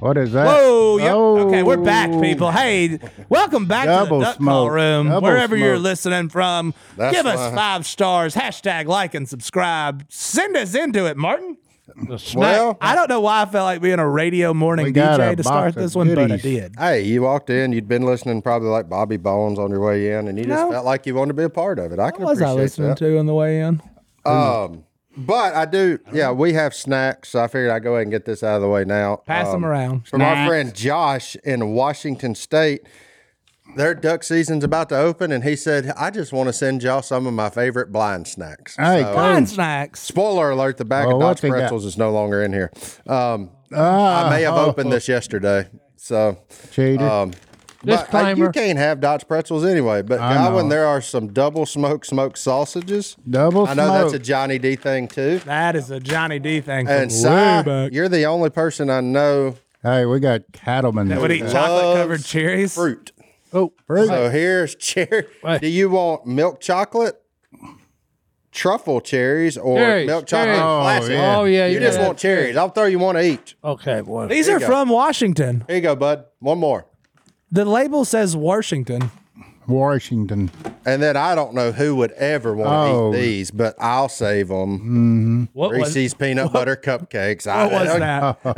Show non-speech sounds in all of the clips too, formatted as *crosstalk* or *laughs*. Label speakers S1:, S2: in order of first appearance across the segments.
S1: What is that?
S2: Whoa! Yep.
S1: Oh.
S2: Okay, we're back, people. Hey, welcome back
S1: Double
S2: to the Duck Call
S1: smoke.
S2: Room,
S1: Double
S2: wherever you're
S1: smoke.
S2: listening from.
S3: That's
S2: give us
S3: right.
S2: five stars, hashtag like and subscribe. Send us into it, Martin.
S3: Well,
S2: I don't know why I felt like being a radio morning
S1: We got
S2: DJ
S1: a
S2: to
S1: box
S2: start
S1: of
S2: this one, but I
S1: goodies.
S2: did.
S3: hey, you walked in, you'd been listening probably like Bobby Bones on your way in, and you just
S2: No.
S3: felt like you wanted to be a part of it. I can
S2: What was I
S3: appreciate
S2: listening
S3: that.
S2: to on the way in?
S3: Um, but I do, yeah, we have snacks, so I figured I'd go ahead and get this out of the way now.
S2: Pass
S3: Um,
S2: them around.
S3: From our friend Josh in Washington State. Their duck season's about to open, and he said, I just want to send y'all some of my favorite blind snacks.
S1: Hey,
S3: So-
S2: Fine snacks.
S3: spoiler alert, the bag
S1: Well,
S3: of
S1: what
S3: Dutch
S1: they got-
S3: pretzels is no longer in here. Um,
S1: Ah,
S3: I may have opened this yesterday. So,
S1: cheater.
S3: um, but hey,
S4: Disclaimer.
S3: you can't have Dutch pretzels anyway. But, Godwin, there are some double smoke smoked sausages.
S1: Double
S3: I know that's a
S1: smoke.
S3: Johnny D thing, too.
S2: That is a Johnny D thing. From
S3: And
S2: way
S3: Si,
S2: back.
S3: you're the only person I know
S1: hey, we got cattlemen.
S2: That would eat chocolate covered cherries.
S3: fruit.
S4: Oh,
S1: Fruit.
S3: So here's cherry.
S4: Wait.
S3: Do you want milk chocolate, truffle cherries, or
S4: Cherries,
S3: milk chocolate
S4: cherries.
S1: Oh,
S3: classic?
S1: yeah.
S4: Oh, yeah,
S3: You just
S4: yeah.
S3: want cherries. I'll throw you one of each.
S4: okay. Well,
S2: These are
S3: you go.
S2: from Washington.
S3: Here you go, bud. One more.
S2: The label says Washington.
S1: Washington.
S3: And then I don't know who would ever want to
S1: Oh.
S3: eat these, but I'll save them.
S2: What was,
S3: Reese's peanut butter cupcakes. I,
S2: what was that?
S3: *laughs*
S2: no,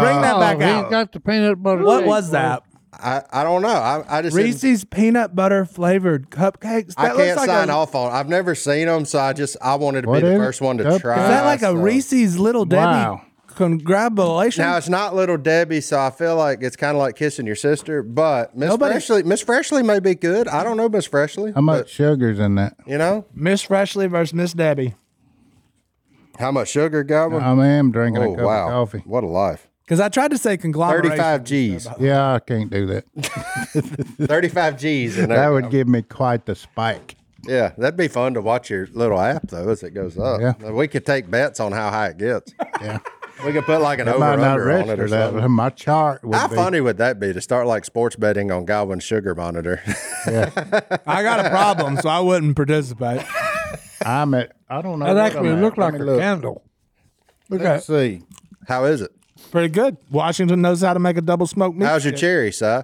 S2: bring that back
S1: Oh,
S2: out.
S4: Oh, he got the peanut butter.
S2: What
S4: cake,
S2: was that?
S3: I, I don't know. I, I just didn't-
S2: Reese's peanut butter flavored cupcakes.
S3: I
S2: That looks
S3: can't
S2: like
S3: sign
S2: a,
S3: off on. I've never seen them, so I just I wanted to
S1: What
S3: be the
S1: is it?
S3: first one to
S1: Cupcakes?
S3: try.
S2: Is that like a
S3: so.
S2: Reese's Little Debbie
S1: Wow.
S2: congratulation?
S3: Now it's not little Debbie, so I feel like it's kind of like kissing your sister. But Miss
S2: Nobody-
S3: Freshly, Miss Freshly may be good. I don't know Miss Freshly.
S1: How much sugar's in that?
S3: You know
S2: Miss Freshly versus Miss Debbie.
S3: how much sugar, Goblin?
S1: I am drinking
S3: oh
S1: a cup
S3: wow,
S1: of coffee.
S3: what a life!
S2: Because I tried to say conglomeration.
S3: Thirty-five G's,
S1: Yeah, I can't do that.
S3: *laughs* thirty-five
S1: *laughs*
S3: G's, and
S1: That would give me quite the spike.
S3: yeah, that'd be fun to watch your little app though as it goes up.
S1: Yeah.
S3: we could take bets on how high it gets.
S1: Yeah.
S3: we could put like an
S1: I might not
S3: over/under on it
S1: register
S3: or
S1: that.
S3: something.
S1: My chart would
S3: How
S1: be.
S3: funny would that be to start like sports betting on Godwin's sugar monitor? *laughs*
S2: I got a problem, so I wouldn't participate.
S1: I'm at. I don't know.
S4: That
S1: what
S4: actually
S1: I'm at.
S4: looked
S1: Let
S4: like
S1: me
S4: a
S1: look.
S4: candle. Look
S1: Let's
S4: at
S1: see.
S3: how is it?
S2: Pretty good. Washington knows how to make a double smoked meat.
S3: How's your cherry, Si?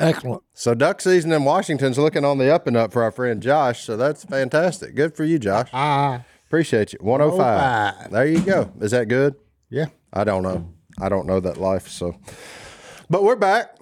S4: excellent.
S3: So duck season in Washington's looking on the up and up for our friend Josh. So that's fantastic. Good for you, Josh.
S4: Ah.
S3: Appreciate you. 105.
S1: 105.
S3: There you go. Is that good?
S1: Yeah.
S3: I don't know. I don't know that life. So, but we're back.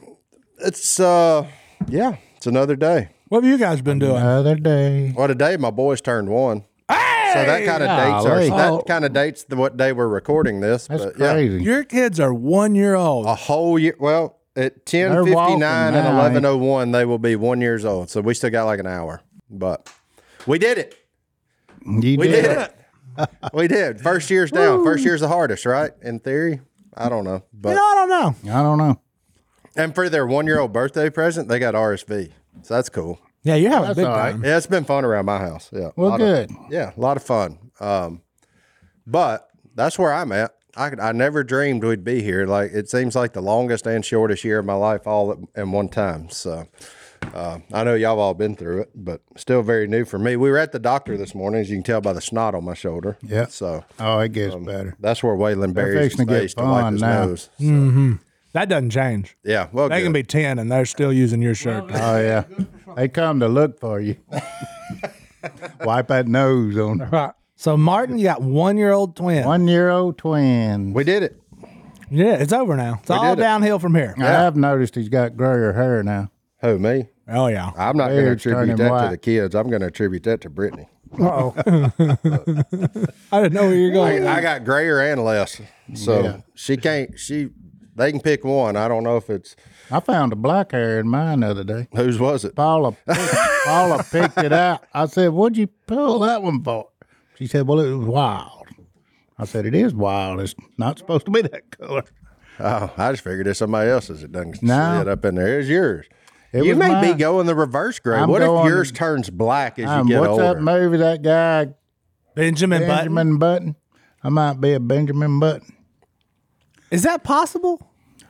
S3: It's uh, yeah, it's another day.
S2: What have you guys been doing?
S1: Other day.
S3: Well, today my boys turned one. so that kind of dates our,
S1: golly. Oh.
S3: that kind of dates the, what day we're recording this.
S1: That's
S3: but Uh, yeah,
S1: crazy.
S2: Your kids are one year old.
S3: a whole year. Well, at ten
S1: They're
S3: fifty
S1: walking
S3: nine and
S1: now,
S3: eleven oh one, they will be one years old. So we still got like an hour, but we did it.
S1: You
S3: We
S1: did.
S3: did it. we did. First year's down. First year's the hardest, right? In theory, I don't know,
S2: you
S3: but
S2: know, I don't know.
S1: I don't know.
S3: and for their one year old birthday present, they got RSV. So that's cool.
S2: Yeah, you're having a big
S1: all right.
S2: time.
S3: Yeah, it's been fun around my house. Yeah.
S1: Well,
S3: Lot of-
S1: good.
S3: yeah, a lot of fun. Um, but that's where I'm at. I could, I never dreamed we'd be here. Like it seems like the longest and shortest year of my life all at, in one time. So uh, I know y'all all been through it, but still very new for me. We were at the doctor this morning, as you can tell by the snot on my shoulder.
S1: Yeah.
S3: So
S1: Oh, it gets
S3: um,
S1: better.
S3: that's where Waylon buries his
S1: fixing to get
S3: face to wipe
S1: fun
S3: his
S1: now.
S3: nose.
S2: That doesn't change.
S3: Yeah. Well,
S2: They can
S3: good.
S2: be 10 and they're still using your shirt.
S1: Oh yeah. They come to look for
S2: *laughs*
S1: you. Wipe that nose on
S4: Right.
S2: so, Martin, you got one year old twin.
S1: one year old twin.
S3: We did it.
S2: Yeah, it's over now. It's all
S3: did it.
S2: downhill from here.
S1: I have noticed he's got grayer hair now.
S3: Who me?
S2: Oh, yeah.
S3: I'm not going to
S1: Beard's
S3: attribute
S1: turning
S3: that to
S1: white.
S3: the kids. I'm going to attribute that to Brittany.
S4: Uh oh.
S2: I didn't know where you were
S3: *laughs*
S2: going.
S3: I got grayer and less, so
S1: Oh, Yeah.
S3: she can't. She they can pick one. I don't know if it's
S1: I found a black hair in mine the other day.
S3: whose was it.
S1: Paula picked,
S2: *laughs*
S1: Paula picked it out. I said, What'd you pull that one for? She said, Well, it was wild. I said, It is wild. It's not supposed to be that color.
S3: Oh, I just figured it's somebody else's. It doesn't
S1: No.
S3: slid up in there. It's yours.
S1: It
S3: you
S1: was
S3: may be
S1: mine.
S3: going the reverse gray.
S1: I'm
S3: what if
S1: going-
S3: yours turns black as
S1: Um,
S3: you get
S1: what's
S3: older?
S1: that movie that guy
S2: Benjamin, Button.
S1: Benjamin Button? I might be a Benjamin Button.
S2: Is that possible?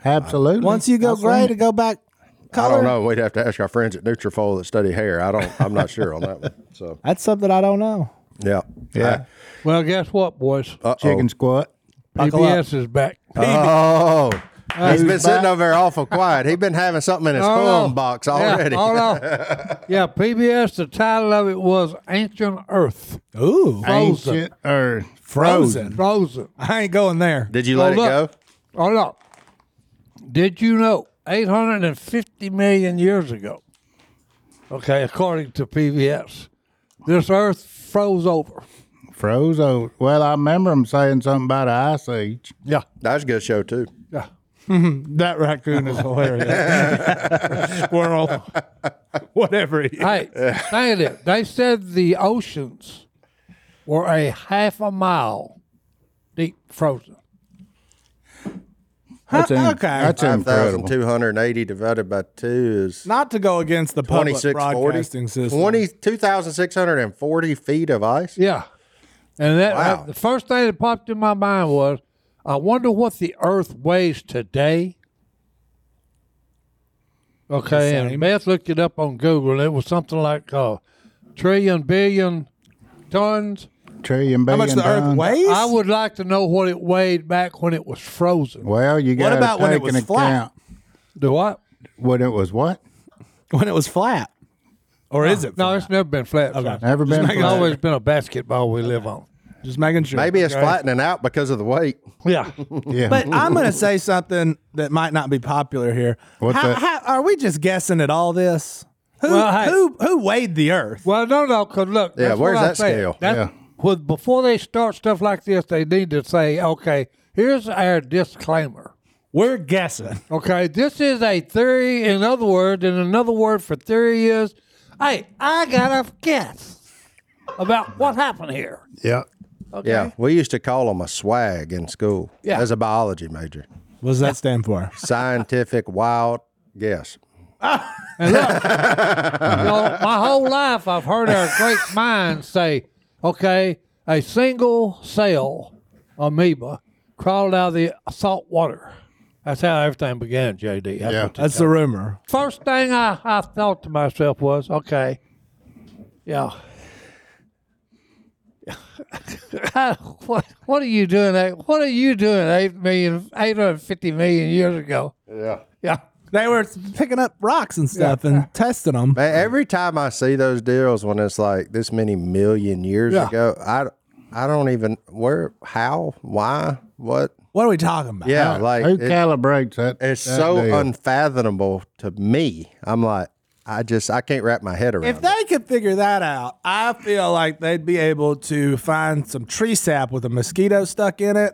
S1: Absolutely.
S2: Uh, Once you go
S1: I've seen
S2: gray
S1: it.
S2: to go back
S3: I
S2: color?
S3: don't know. We'd have to ask our friends at Nutrafol that study hair. I don't. I'm not sure on that one. So
S2: That's something I don't know.
S3: yeah,
S1: Yeah.
S4: Well, guess what, boys?
S3: Uh
S1: Chicken squat.
S2: Buckle up.
S4: PBS is back.
S3: Oh,
S1: *laughs*
S3: he's been
S1: he's
S3: sitting
S1: back.
S3: over there awful quiet. He's been having
S1: *laughs*
S3: something in his phone box already.
S4: Yeah, hold on. yeah, PBS. The title of it was Ancient Earth
S2: Ooh.
S4: Frozen.
S1: Ancient or frozen.
S2: Frozen.
S4: Frozen.
S2: I ain't going there.
S3: *laughs* Did you let
S4: Oh,
S3: it go?
S4: look. Hold on. Did you know 850 million years ago, okay, according to PBS, this Earth froze over?
S1: Froze over. Well, I remember him saying something about an ice age.
S4: Yeah.
S3: That's a good show too.
S4: Yeah.
S2: That raccoon is hilarious. Squirrel. Whatever he is.
S4: Hey, think of it. They said the oceans were a half a mile deep frozen.
S1: That's in,
S2: okay.
S1: That's
S3: Five thousand
S1: incredible.
S3: two hundred eighty divided by two is
S2: Not to go against the public
S3: 2640.
S2: broadcasting system.
S3: 20 2,640 feet of ice.
S4: Yeah. And that
S3: Wow.
S4: uh, the first thing that popped in my mind was, I wonder what the Earth weighs today. Okay, and
S2: same.
S4: Beth looked it up on Google, and it was something like uh, trillion billion tons.
S1: Trillion
S2: How
S1: billion.
S2: much the Earth
S1: tons.
S2: weighs?
S4: I would like to know what it weighed back when it was frozen.
S1: Well, you got
S2: about
S1: to
S2: when it
S1: take
S2: was
S1: an
S2: flat?
S1: account
S4: Do what?
S1: when it was what?
S2: when it was flat. Or is it?
S4: No,
S2: flat?
S4: it's never been flat.
S2: Okay.
S4: Okay.
S1: Never been.
S4: It's
S1: flat.
S4: always been a basketball we live on.
S2: just making sure.
S3: Maybe it's
S2: okay?
S3: flattening out because of the weight.
S4: Yeah.
S1: Yeah.
S2: But I'm
S1: *laughs*
S2: going to say something that might not be popular here.
S1: What's
S2: how,
S1: that?
S2: how- are we just guessing at all this? Who
S4: Well, hey.
S2: who who weighed the Earth?
S4: Well, no, no, because look.
S3: Yeah,
S4: that's
S3: where's
S4: what I
S3: that
S4: said.
S3: scale?
S4: That,
S1: Yeah.
S4: with- before they start stuff like this, they need to say, okay, here's our disclaimer.
S2: We're guessing.
S4: Okay, this is a theory. In other words, and another word for theory is, hey, I got a guess about what happened here.
S1: yeah.
S3: Yeah. We used to call them a swag in school
S4: Yeah.
S3: as a biology major.
S2: What does that stand for?
S3: Scientific *laughs* wild guess.
S4: And look, you know, my whole life I've heard our great minds say, okay, a single cell amoeba crawled out of the salt water. That's how everything began, JD. That's
S1: Yeah.
S4: what they-
S2: That's the rumor.
S4: First thing I, I thought to myself was, okay, yeah. *laughs* what, what are you doing? eight- What are you doing eight million, eight hundred fifty million years ago?
S3: Yeah.
S4: Yeah.
S2: They were picking up rocks and stuff and testing them.
S3: Man, every time I see those deals when it's like this many million years
S4: Yeah.
S3: ago, I, I don't even where, how, why, what.
S2: What are we talking about?
S3: Yeah, like
S1: Uh, Who
S3: it-
S1: calibrates that?
S3: it's
S1: that
S3: so
S1: deal?
S3: unfathomable to me. I'm like, I just I can't wrap my head around.
S2: If
S3: it.
S2: they could figure that out, I feel like they'd be able to find some tree sap with a mosquito stuck in it.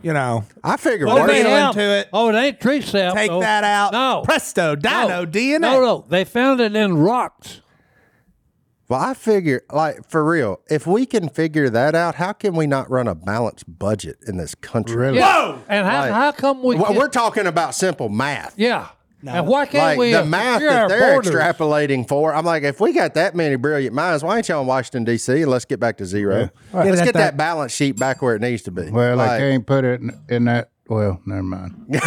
S2: You know,
S3: I figure
S2: Well,
S3: worse.
S2: they
S4: They
S2: Go
S4: have-
S2: into it.
S4: Oh, it ain't tree sap.
S2: take
S4: though.
S2: that out.
S4: No.
S2: Presto, dino
S4: no.
S2: DNA.
S4: No, no. They found it in rocks.
S3: Well, I figure, like for real, if we can figure that out, how can we not run a balanced budget in this country?
S1: Really?
S2: Whoa!
S4: And how,
S3: Like-
S4: how come we?
S3: Well,
S4: can't-
S3: we're talking about simple math.
S4: yeah. And why can't
S3: Like
S4: we?
S3: the
S4: uh,
S3: math
S4: secure
S3: that
S4: our
S3: they're
S4: borders?
S3: extrapolating for, I'm like, if we got that many brilliant minds, why ain't y'all in Washington D.C. and let's get back to zero? Let's
S2: Get
S3: get
S2: that-
S3: that balance sheet back where it needs to be.
S1: Well, I
S3: Like,
S1: can't put it in, in that. Well, never mind.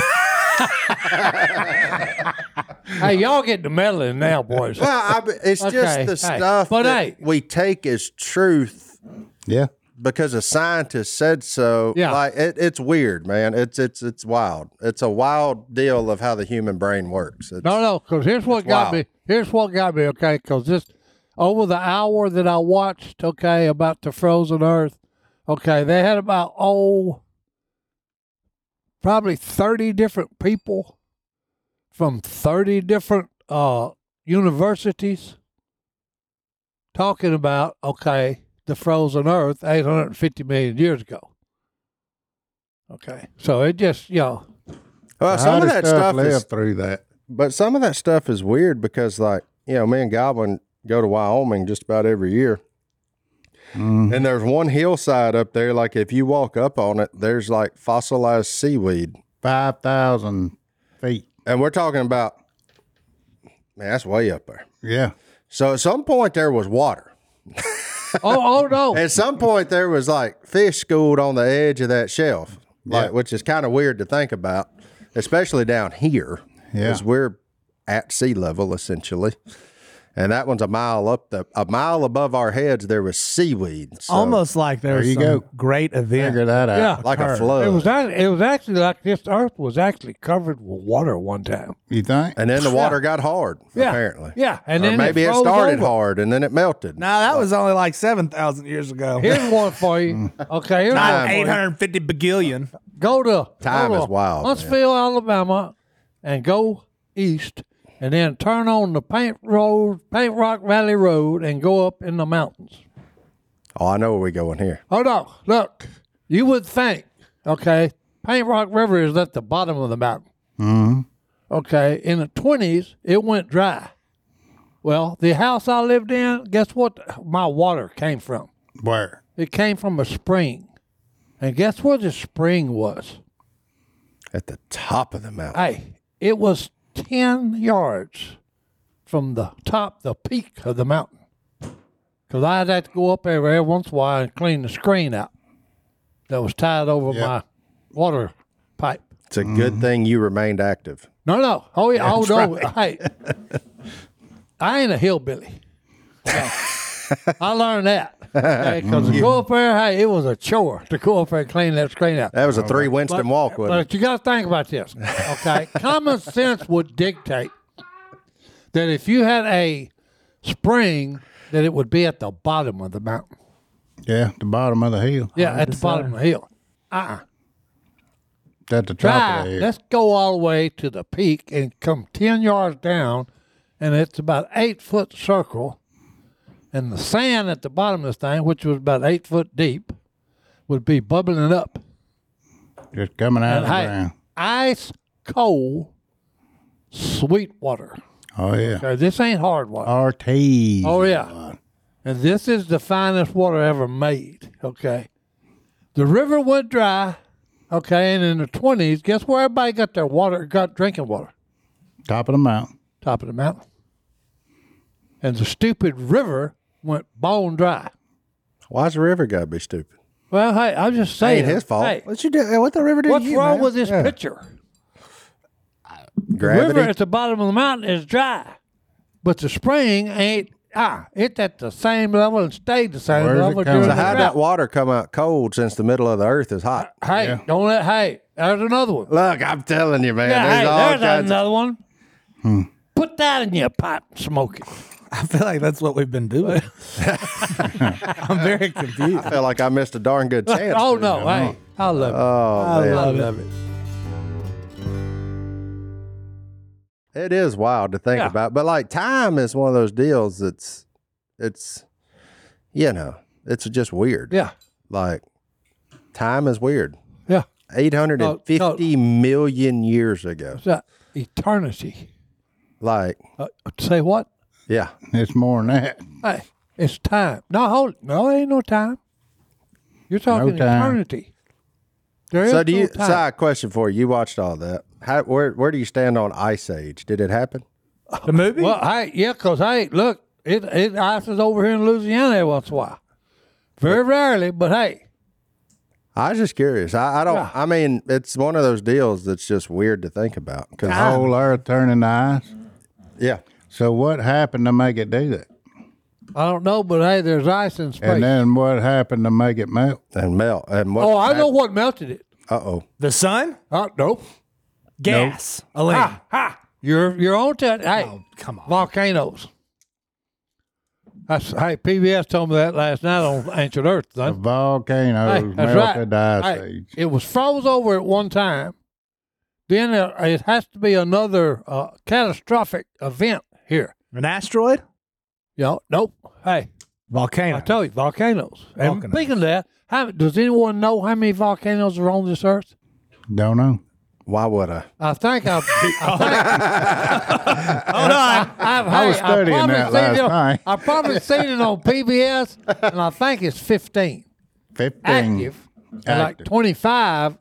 S4: Hey, y'all get the meddling now,
S3: *laughs*
S4: boys.
S3: well, I, be- it's
S4: Okay,
S3: just the
S4: hey,
S3: stuff
S4: but
S3: that
S4: hey.
S3: we take as truth
S1: Yeah.
S3: because a scientist said so.
S4: Yeah.
S3: like it, it's weird, man. It's it's it's wild. It's a wild deal of how the human brain works. It's,
S4: No, no, because here's what got
S3: wild.
S4: me. Here's what got me. Okay, because this over the hour that I watched. Okay, about the frozen Earth. Okay, they had about oh, probably thirty different people from thirty different uh, universities talking about okay the frozen Earth eight hundred and fifty million years ago. Okay, so it just you know
S3: well,
S1: How
S3: some of
S1: does
S3: that stuff
S1: live
S3: is,
S1: through that.
S3: but some of that stuff is weird because, like, you know, me and Goblin go to Wyoming just about every year,
S1: Mhm.
S3: and there's one hillside up there. Like, if you walk up on it, there's like fossilized seaweed,
S1: Five thousand feet.
S3: and we're talking about, man, that's way up there.
S1: Yeah.
S3: So at some point there was water.
S4: oh oh no
S3: At some point, there was like fish schooled on the edge of that shelf, like
S1: Yeah.
S3: which is kind of weird to think about, especially down here,
S1: Yeah.
S3: because we're at sea level essentially. and that one's a mile up the a mile above our heads. There was seaweed, so
S2: Almost like there, was
S1: you
S2: some
S1: go.
S2: great event.
S1: Figure that out.
S4: Yeah.
S3: Uh, like a
S2: occurred.
S3: flood.
S4: It was not, it was actually like this earth was actually covered with water one time.
S1: You think?
S3: and then the water got hard. Apparently,
S4: Yeah, and
S3: or
S4: then
S3: maybe it,
S4: froze
S3: started
S4: over.
S3: hard and then it melted.
S2: No, that was only like 7,000 years ago.
S4: Here's one for
S3: *laughs*
S4: you. Okay, here's
S2: Not
S4: one for you.
S2: 850 begillion.
S4: Go to
S3: Time
S4: go to
S3: is wild, man.
S4: Huntsville, Alabama, and go east, and then turn on the Paint Road, Paint Rock Valley Road, and go up in the mountains.
S3: Oh, I know where we going here.
S4: Hold on, look. You would think, okay, Paint Rock River is at the bottom of the mountain. Mm-hmm. Okay, in the twenties, it went dry. Well, the house I lived in, guess what? My water came from.
S1: Where?
S4: It came from a spring. And guess where the spring was?
S3: At the top of the mountain.
S4: Hey, it was 10 yards from the top, the peak of the mountain. Because I'd have to go up there every once in a while and clean the screen out that was tied over
S1: Yeah.
S4: my water pipe.
S3: It's
S1: Mm-hmm.
S3: a good thing you remained active.
S4: No, no. Oh, yeah. oh, no. Hey, I ain't a hillbilly. No. I learned that. Because to go up there, hey, it was a chore to go up there and clean that screen out.
S3: That was a three Winston walk, wasn't it?
S4: But you got to think about this,
S1: *laughs*
S4: okay? Common sense would dictate that if you had a spring, that it would be at the bottom of the mountain.
S1: Yeah, the bottom of the hill.
S4: Yeah, at the bottom of the hill. Uh-uh.
S1: At the top
S4: Try.
S1: of the hill.
S4: Let's go all the way to the peak and come 10 yards down, and it's about eight foot circle. And the sand at the bottom of this thing, which was about eight foot deep, would be bubbling up.
S1: Just coming out of
S4: And
S1: the
S4: hey,
S1: ground.
S4: ice cold, sweet water.
S1: Oh, yeah.
S4: Okay, this ain't hard water.
S1: RT.
S4: Oh yeah, and this is the finest water ever made. Okay, the river went dry. Okay, and in the twenties, guess where everybody got their water, got drinking water?
S1: Top of the mountain.
S4: Top of the mountain. And the stupid river went bone dry.
S3: Why's the river gotta be stupid?
S4: Well, hey, I'm just saying.
S3: Ain't his fault.
S4: Hey,
S3: what you do? What the river did?
S4: what's
S3: you,
S4: wrong
S3: man?
S4: with this
S3: Yeah.
S4: picture?
S3: Gravity.
S4: river at the bottom of the mountain is dry, but the spring ain't. Ah, it's at the same level and stayed the same
S1: Where's it
S4: level.
S1: coming
S4: during
S1: from?
S4: the
S3: So how
S4: drought.
S3: that water come out cold since the middle of the earth is hot?
S4: Hey, don't let. Hey, there's another one.
S3: Look, I'm telling you, man.
S4: yeah,
S3: there's
S4: hey,
S3: all
S4: there's
S3: kinds of- Hmm.
S4: another one. Put that in your pipe and smoke it.
S2: I feel like that's what we've been *laughs* doing. I'm very confused.
S3: *laughs* I feel like I missed a darn good chance.
S4: *laughs* oh no, hey, I love it.
S3: Oh,
S2: I
S3: man.
S2: love it.
S3: It is wild to think
S4: Yeah.
S3: about, but like time is one of those deals that's, it's, you know, it's just weird.
S4: Yeah,
S3: Like, time is weird.
S4: yeah.
S3: Eight hundred and fifty
S4: No,
S3: million
S4: no.
S3: years ago.
S4: It's a eternity.
S3: Like,
S4: Uh, say what?
S3: yeah,
S1: It's more than that.
S4: Hey, it's time. No, hold. No, ain't no time. You're talking
S1: time.
S4: eternity. There is
S3: So do you?
S4: no time.
S3: Si, a question for you. You watched all that. How, where where do you stand on Ice Age? Did it happen?
S2: The movie?
S4: Well, hey, yeah, because hey, look, it it ices over here in Louisiana every once in a while. Very rarely, but hey,
S3: I was just curious. I, I don't. I mean, it's one of those deals that's just weird to think about. 'Cause-
S1: The
S4: Ah. Oh.
S1: whole earth turning to ice.
S3: yeah,
S1: So what happened to make it do that?
S4: I don't know, but hey, there's ice in space.
S1: And then what happened to make it melt?
S3: and melt and what?
S4: oh, I know what melted it.
S3: Uh oh.
S2: the sun?
S4: Uh, nope.
S2: Gas. Elaine.
S4: You're you're on to it. Hey,
S2: Ah, Oh,
S1: Oh,
S2: Come on.
S4: volcanoes. That's hey, PBS told me that last night on Ancient Earth.
S1: The
S4: Son. Hey,
S1: volcanoes
S4: that's right.
S1: melted the ice
S4: Hey,
S1: age.
S4: it was froze over at one time. Then it, it has to be another uh, catastrophic event here.
S2: An asteroid?
S4: You know, nope. Hey,
S2: Volcano.
S4: I tell you, volcanoes. And
S2: Volcanoes.
S4: speaking of that, how, does anyone know how many volcanoes are on this earth?
S1: Don't know.
S3: Why would I?
S4: I think
S2: *laughs*
S4: I've. I
S2: Hold on.
S4: have
S1: I was studying that last night.
S4: I've probably seen
S1: *laughs*
S4: it on PBS, and I think it's 15
S1: Fifteen.
S4: active, and like
S1: Active.
S4: 25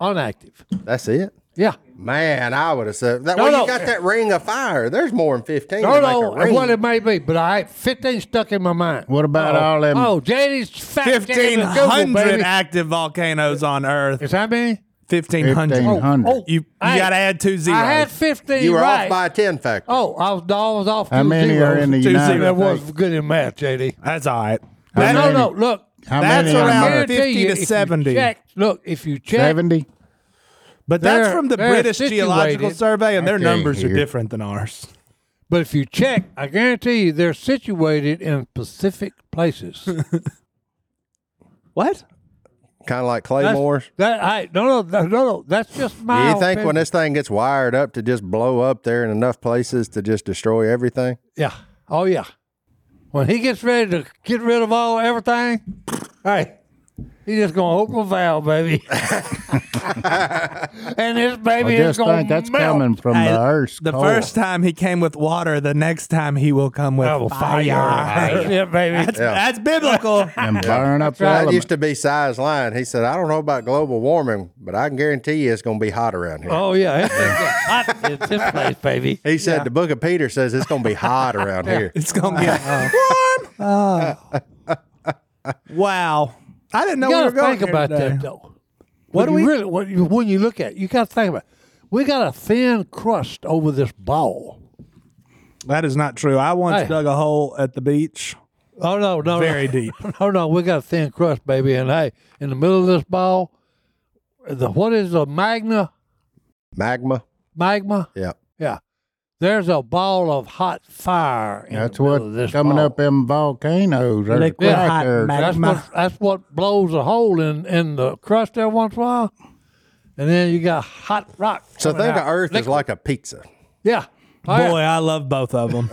S4: unactive.
S3: That's it.
S4: Yeah.
S3: Man, I would have said that.
S4: No,
S3: well,
S4: no.
S3: you got that ring of fire. There's more than fifteen.
S4: I
S3: to make
S4: don't
S3: a
S4: know
S3: ring.
S4: what it may be, but I 15 stuck in my mind.
S1: What about all them?
S4: Oh, JD's fat damn Google,
S2: 1,500
S4: baby.
S2: active volcanoes on Earth.
S4: Is that many?
S2: fifteen
S1: Fifteen
S2: hundred.
S1: hundred.
S4: Oh,
S2: You you
S4: Hey,
S2: got to add two zeros.
S4: I had 15
S3: You were
S4: right.
S3: off by a 10 factor.
S4: oh, I was, I was off
S1: How
S4: two
S1: many
S4: zeros.
S1: are in the
S2: Two
S1: United
S4: That
S2: zeros.
S1: States?
S4: was good in math, JD.
S2: That's all right.
S1: How
S4: no,
S1: many-
S4: no, look.
S1: How
S2: That's
S1: many in
S2: around
S1: America?
S2: 50 to
S4: if you
S2: 70.
S4: check- look, if you check,
S1: seventy.
S2: But that's
S4: They're-
S2: from the
S4: they're
S2: British Geological
S4: situated.
S2: Survey, and their
S1: Okay,
S2: numbers are
S1: here.
S2: different than ours.
S4: but if you check, I guarantee you they're situated in Pacific
S3: *laughs*
S4: places.
S2: What?
S3: Kind of like
S4: That's-
S3: Claymore's.
S4: That I no no no no. That's just
S3: Do
S4: my.
S3: you think when
S4: opinion.
S3: this thing gets wired up to just blow up there in enough places to just destroy everything?
S4: Yeah. Oh yeah. When he gets ready to get rid of all everything, hey, he just gonna open a
S3: *laughs*
S4: valve, baby. *laughs* and this
S1: I
S4: baby is
S1: just
S4: gonna
S1: think that's
S4: melt.
S1: coming from
S2: Hey,
S1: the earth's
S2: The
S1: core.
S2: first time he came with water, the next time he will come with
S4: Oh,
S2: fire.
S4: *laughs* That's it, baby.
S2: *laughs* That's, that's *laughs* biblical.
S1: and
S4: *laughs*
S1: burn up the
S3: That
S1: elements.
S3: used to be Si's line. He said, I don't know about global warming, but I can guarantee you it's going to be hot around here.
S4: Oh yeah, it's *laughs* hot in this place, baby.
S3: He said, the book of Peter says it's
S4: *laughs*
S3: going to be hot around here.
S2: it's gonna get warm. *laughs* Oh. wow. I didn't know
S4: You
S2: we
S4: gotta
S2: were going here
S4: think about
S2: today.
S4: that though. What
S2: do
S4: do we
S2: we-
S4: really? What you, when you look at, it, you got to think about. it. We got a thin crust over this ball.
S2: That is not true. I once
S4: Hey.
S2: dug a hole at the beach.
S4: Oh no, no,
S2: Very
S4: no.
S2: deep.
S4: *laughs* No, no, we got a thin crust, baby, and hey, in the middle of this ball, the what is the magna
S3: Magma.
S4: magma?
S3: Yeah.
S4: Yeah, there's a ball of hot fire. In
S1: That's
S4: the middle of
S1: what
S4: this
S1: coming
S4: ball.
S1: up them volcanoes. There's a
S2: Liquid
S1: crack
S2: hot
S1: there.
S2: magma.
S4: That's what that's what blows a hole in in the crust there once in a while, and then you got hot rock.
S3: So
S4: coming
S3: think
S4: out.
S3: of Earth as
S4: Liquid.
S3: like a pizza.
S4: yeah. Oh, yeah.
S2: Boy, I love both of *laughs* them.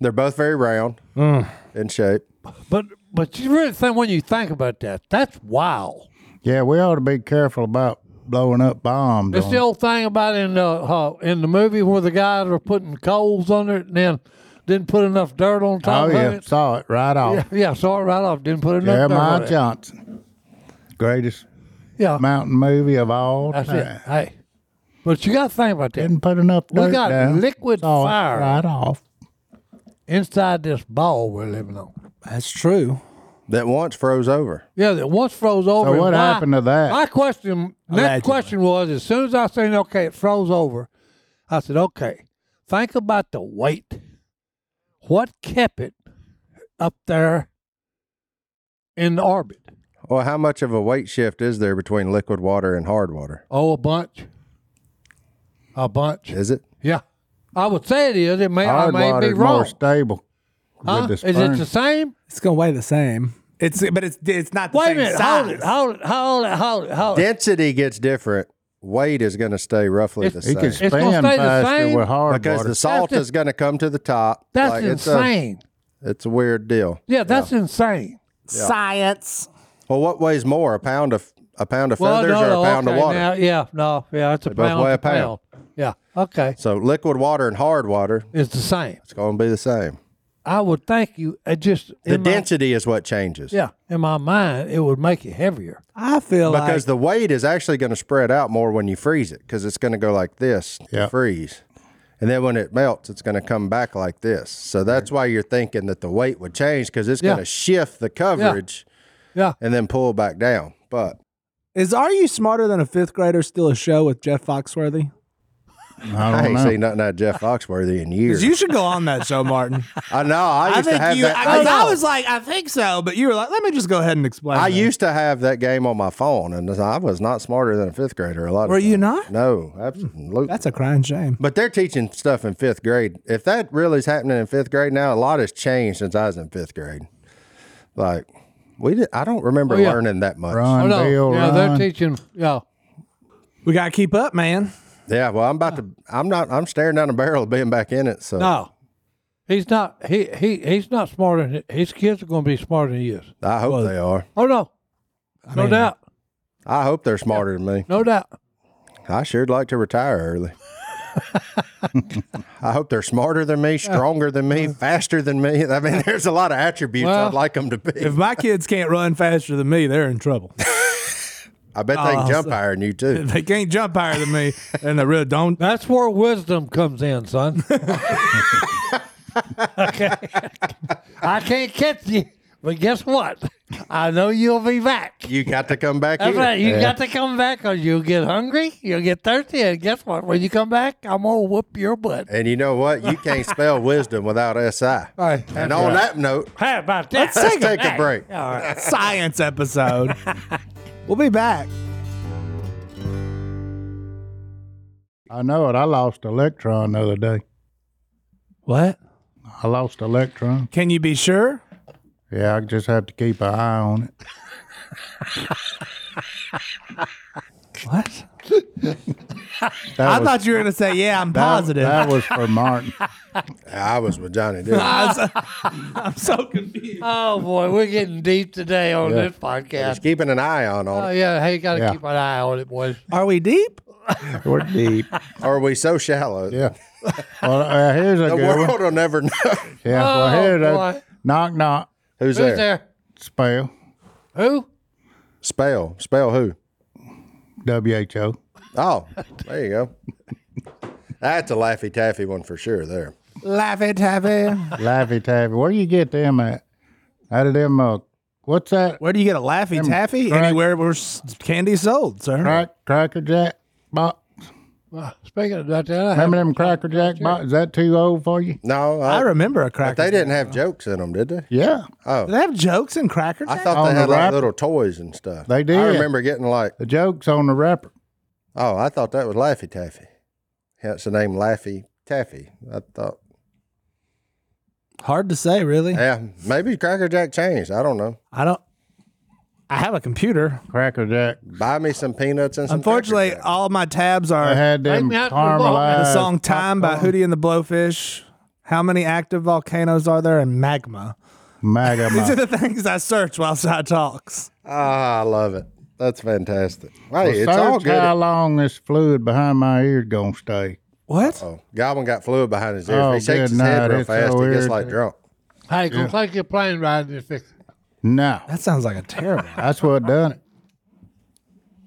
S3: They're both very round
S4: Mm.
S3: in shape.
S4: But but you really think when you think about that, that's wild.
S1: Yeah, we ought to be careful about blowing up bombs.
S4: It's
S1: on
S4: the old thing about in the uh, in the movie where the guys are putting coals under it and then didn't put enough dirt on
S1: Oh
S4: top of
S1: yeah,
S4: it.
S1: saw it right off.
S4: Yeah, *laughs* yeah, saw it right off. Didn't put enough
S1: Jeremiah
S4: dirt on
S1: Johnson, greatest
S4: it. Yeah,
S1: mountain movie of all
S4: that's
S1: time.
S4: it. Hey, but you got to think about that.
S1: Didn't put enough
S4: We
S1: dirt
S4: got
S1: down.
S4: liquid
S1: Saw it
S4: fire.
S1: right off.
S4: Inside this ball we're living on.
S2: That's true.
S3: that once froze over.
S4: Yeah, that once froze over.
S1: what
S4: and why-
S1: happened to that?
S4: My question, next
S2: Allegedly.
S4: question was: As soon as I seen, okay, it froze over, I said, okay, think about the weight. What kept it up there in orbit?
S3: Well, how much of a weight shift is there between liquid water and hard water?
S4: Oh, a bunch, a bunch.
S3: Is it?
S4: Yeah, I would say it is. It may, I
S1: Hard
S4: may be
S1: water's
S4: wrong.
S1: more stable.
S4: Huh?
S1: With the
S4: Is it
S1: sperm.
S4: the same?
S2: It's gonna weigh the same. It's but it's it's not the
S4: Wait a
S2: same size.
S4: minute. Hold it. Hold it. Hold it. Hold it. Hold it.
S3: Density gets different. Weight is going to stay roughly the
S1: It
S3: same.
S1: could
S4: It's gonna
S1: spin
S4: stay the
S1: faster
S4: same
S1: with hard
S3: because
S1: water.
S3: the salt
S4: That's
S3: is going to come to the top.
S4: That's
S3: Like, it's a-
S4: insane.
S3: It's a weird deal.
S4: yeah, that's insane.
S2: Science.
S3: Well, what weighs more, a pound of a pound of
S4: Well,
S3: feathers or
S4: no, no,
S3: a pound
S4: okay,
S3: of water?
S4: Now, yeah, no, yeah, it's a
S3: both
S4: pound.
S3: weigh a
S4: to
S3: pound.
S4: Yeah, okay,
S3: So liquid water and hard water,
S4: it's the same.
S3: it's going to be the same.
S4: I would think you. It just
S3: The
S4: in my-
S3: density is what changes.
S4: yeah, in my mind, it would make it heavier.
S2: I feel
S3: Because
S2: like
S3: the weight is actually going to spread out more when you freeze it, because it's going to go like this, to
S1: Yeah.
S3: freeze, and then when it melts, it's going to come back like this. So that's why you're thinking that the weight would change, because it's
S4: Yeah.
S3: going to shift the coverage,
S4: Yeah.
S3: and then pull back down. But
S2: is Are You Smarter Than a Fifth Grader still a show with Jeff Foxworthy?
S1: I
S3: I
S1: don't
S3: ain't
S1: know.
S3: seen nothing out of Jeff Foxworthy in years.
S2: You should go on that show, Martin.
S3: *laughs* I know.
S2: I
S3: I used to
S2: think
S3: have
S2: you.
S3: that.
S2: I, 'cause
S3: I,
S2: I was like, I think so, but you were like, let me just go ahead and explain.
S3: I
S2: that.
S3: used to have that game on my phone, and I was not smarter than a fifth grader. A lot.
S2: Were
S3: of
S2: you
S3: times.
S2: not?
S3: No, absolutely.
S2: That's a crying shame.
S3: But they're teaching stuff in fifth grade. If that really is happening in fifth grade now, a lot has changed since I was in fifth grade. Like we, did, I don't remember
S4: Oh, yeah.
S3: learning that much.
S1: Run,
S4: Oh, no,
S1: Bill,
S4: yeah, they're
S1: run.
S4: teaching. Yeah,
S2: We gotta keep up, man.
S3: Yeah, well, I'm about to. I'm not. I'm staring down a barrel of being back in it. So
S4: no, he's not. He he he's not smarter. Than, his kids are going to be smarter than he is.
S3: I hope they are.
S4: Oh no, no
S2: mean-
S4: doubt,
S3: I hope they're smarter than me.
S4: no doubt.
S3: I sure'd like to retire
S4: *laughs*
S3: early. I hope they're smarter than me, stronger than me, faster than me. I
S4: *laughs*
S3: mean, there's a lot of attributes
S4: Well,
S3: I'd like them to be.
S2: If my kids can't run faster than me, they're in trouble. *laughs*
S3: I bet
S4: Oh,
S3: they can jump higher than you too.
S4: *laughs*
S2: If they can't jump higher than me, and they really don't.
S4: That's where wisdom comes in, son. okay, I can't catch you. But guess what? I know you'll be back.
S3: You got to come back
S4: That's
S3: here.
S4: right. You got to come back or you'll get hungry, you'll get thirsty, and guess what? When you come back, I'm gonna whoop your butt.
S3: And you know what? You can't spell wisdom without SI.
S2: Right.
S3: And on that note,
S4: How about that?
S3: let's take a
S4: Hey.
S3: break.
S4: All right.
S2: Science
S3: *laughs*
S2: episode. we'll be back.
S1: I know it. I lost electron the other day.
S4: What?
S1: I lost electron.
S2: Can you be sure?
S1: Yeah, I just have to keep an eye on it.
S4: What?
S1: That
S2: I
S1: was,
S2: thought you were going to say, yeah, I'm
S1: that,
S2: positive.
S1: That was for Martin.
S3: I was with Johnny Depp.
S2: *laughs* I was- I'm so confused.
S4: Oh boy, we're getting deep today on
S1: Yeah.
S4: this
S3: Just
S4: podcast.
S3: keeping an eye on
S4: Oh
S3: on it.
S4: yeah, hey, gotta
S1: Yeah.
S4: keep an eye on it, boys.
S2: Are we deep?
S1: We're *laughs* deep.
S3: Are we so shallow?
S1: Yeah. *laughs* Well, uh, here's a
S3: The
S1: good one.
S3: world will never know.
S1: Yeah.
S4: Oh,
S1: well, here's
S4: boy.
S1: a knock knock
S3: Who's,
S4: Who's
S3: there?
S4: there?
S1: spell
S4: Who?
S3: Spell. Spell who?
S1: WHO.
S3: Oh, there you go. *laughs* That's a laffy taffy one for sure there.
S2: Laugh it, taffy.
S1: Laffy Taffy. Where you get them at? Out of them, uh, what's that?
S2: Where do you get a Laffy Taffy?
S1: crack-
S2: Anywhere where s- candy's sold, sir.
S1: Crack, cracker Jack box.
S4: Well, Uh, speaking of that, I have
S1: Remember them Cracker Jack box? Is that too old for you?
S3: No, I,
S2: I remember a cracker.
S3: but they didn't have jokes in them, did they?
S1: Yeah.
S2: Do they have jokes in Cracker
S3: I
S2: Jack?
S3: thought
S1: On
S3: they
S1: the
S3: had like
S1: wrapper?
S3: little toys and stuff.
S1: They did.
S3: I remember getting like,
S1: The joke's on the wrapper.
S3: oh, I thought that was Laffy Taffy. Hence the name Laffy Taffy. I thought,
S2: Hard to say, really.
S3: yeah, maybe Cracker Jack changed. I don't know.
S2: I don't. I have a computer.
S1: Cracker Jack.
S3: Buy me some peanuts and some. Cracker
S2: Unfortunately,
S3: Jack.
S2: all my tabs
S1: I
S2: are
S1: had them
S4: Take me out to the ball.
S1: caramelized.
S2: the song "Time" by Hootie and the Blowfish. How many active volcanoes are there in magma?
S1: Maga
S2: These are
S1: Mike.
S2: the things I search while I talks.
S3: Ah, I love it. That's fantastic. Hey, it's all
S1: Search
S3: good.
S1: how long this fluid behind my ear's gonna stay.
S2: What?
S3: Oh, Goblin got fluid behind his ears.
S1: Oh,
S3: he shakes
S1: good
S3: his head
S1: night.
S3: real
S1: It's
S3: fast.
S1: so
S3: he gets like
S1: irritating.
S3: drunk.
S4: Hey, go take your plane ride and fix it.
S1: No,
S2: That sounds like a terrible.
S1: that's what done it.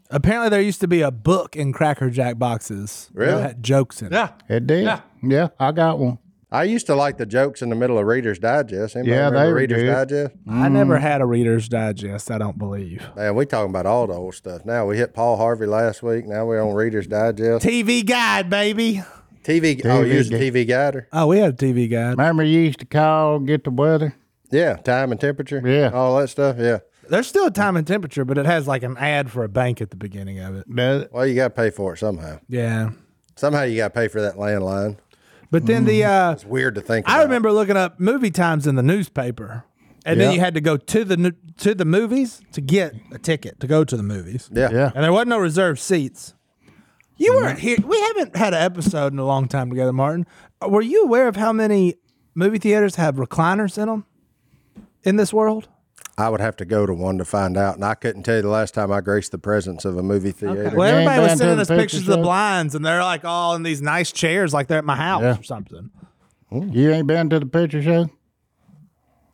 S2: Apparently, there used to be a book in Cracker Jack boxes.
S3: Really?
S2: That had jokes in it.
S4: Yeah.
S1: It did.
S4: Yeah.
S1: Yeah, I got one.
S3: I used to like the jokes in the middle of Reader's Digest. Anybody
S1: Yeah,
S3: remember
S1: they were
S3: Reader's
S1: good.
S3: Digest?
S2: I
S3: Mm.
S2: never had a Reader's Digest. I don't believe.
S3: Man, we talking about all the old stuff now. We hit Paul Harvey last week. Now we're on Reader's Digest.
S2: TV Guide, baby.
S3: TV. oh,
S1: TV
S3: using
S1: guide.
S3: TV guider.
S2: Oh, we had a TV Guide.
S1: Remember, you used to call, get the weather.
S3: Yeah, time and temperature.
S1: Yeah.
S3: all that stuff. Yeah.
S2: There's still a time and temperature, but it has like an ad for a bank at the beginning of it.
S1: Does it?
S3: Well, you got to pay for it somehow.
S2: Yeah.
S3: Somehow you got to pay for that landline.
S2: But then the uh
S3: It's weird to think.
S2: I
S3: about.
S2: remember looking up movie times in the newspaper. And then
S1: Yeah.
S2: you had to go to the nu- to the movies to get a ticket to go to the movies.
S3: Yeah.
S1: Yeah.
S2: And there wasn't no reserved seats. You weren't here. We haven't had an episode in a long time together, Martin. Uh, Were you aware of how many movie theaters have recliners in them in this world?
S3: I would have to go to one to find out, and I couldn't tell you the last time I graced the presence of a movie theater.
S2: Well,
S1: You ain't
S2: everybody was
S1: been to
S2: sending
S1: the
S2: us pictures of the
S1: picture show?
S2: blinds, and they're like all in these nice chairs, like they're at my house
S1: Yeah.
S2: or something.
S4: Oh.
S1: You ain't been to the picture show?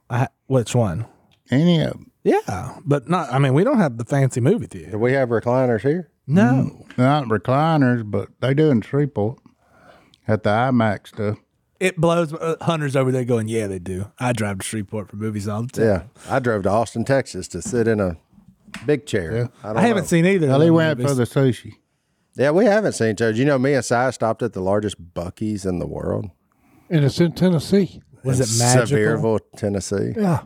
S2: I, which one?
S1: Any of them?
S2: Yeah, but not. I mean, we don't have the fancy movie theater.
S3: Do we have recliners here?
S2: No,
S1: Not recliners, but they do in Shreveport at the IMAX stuff.
S2: it blows. Uh, Hunter's over there going, "Yeah, they do." I drive to Shreveport for movies all the time.
S3: Yeah, I drove to Austin, Texas, to sit in a big chair. I, don't
S2: I haven't
S3: know.
S2: seen either.
S1: Well,
S2: of
S1: he
S2: them
S1: went for
S2: movies.
S1: the sushi.
S3: Yeah, we haven't seen each other. You know, me and Si stopped at the largest Bucky's in the world.
S4: And it's in Tennessee.
S2: Was
S3: in
S2: it magical?
S3: Sevierville, Tennessee.
S4: Yeah.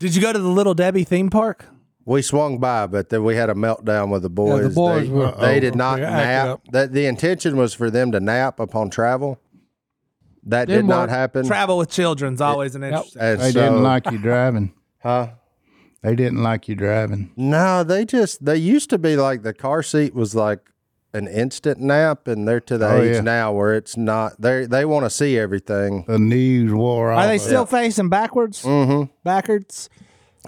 S2: Did you go to the Little Debbie theme park?
S3: We swung by, but then we had a meltdown with the boys.
S4: boys
S3: they,
S4: were-
S3: they did not
S4: They acted
S3: nap.
S4: up.
S3: That the intention was for them to nap upon travel. That
S4: Didn't
S3: did not
S4: work.
S3: happen.
S2: Travel with children's always an interesting.
S3: And
S1: They
S3: so-
S1: didn't like you
S4: *laughs*
S1: driving.
S3: huh?
S1: They didn't like you driving.
S3: No, they just they used to be like the car seat was like an instant nap, and they're to the
S1: Oh,
S3: age
S1: yeah.
S3: now where it's not. They they want to see everything.
S1: The knees wore off.
S2: Are they
S1: of
S2: still facing backwards?
S3: Mm-hmm.
S2: Backwards.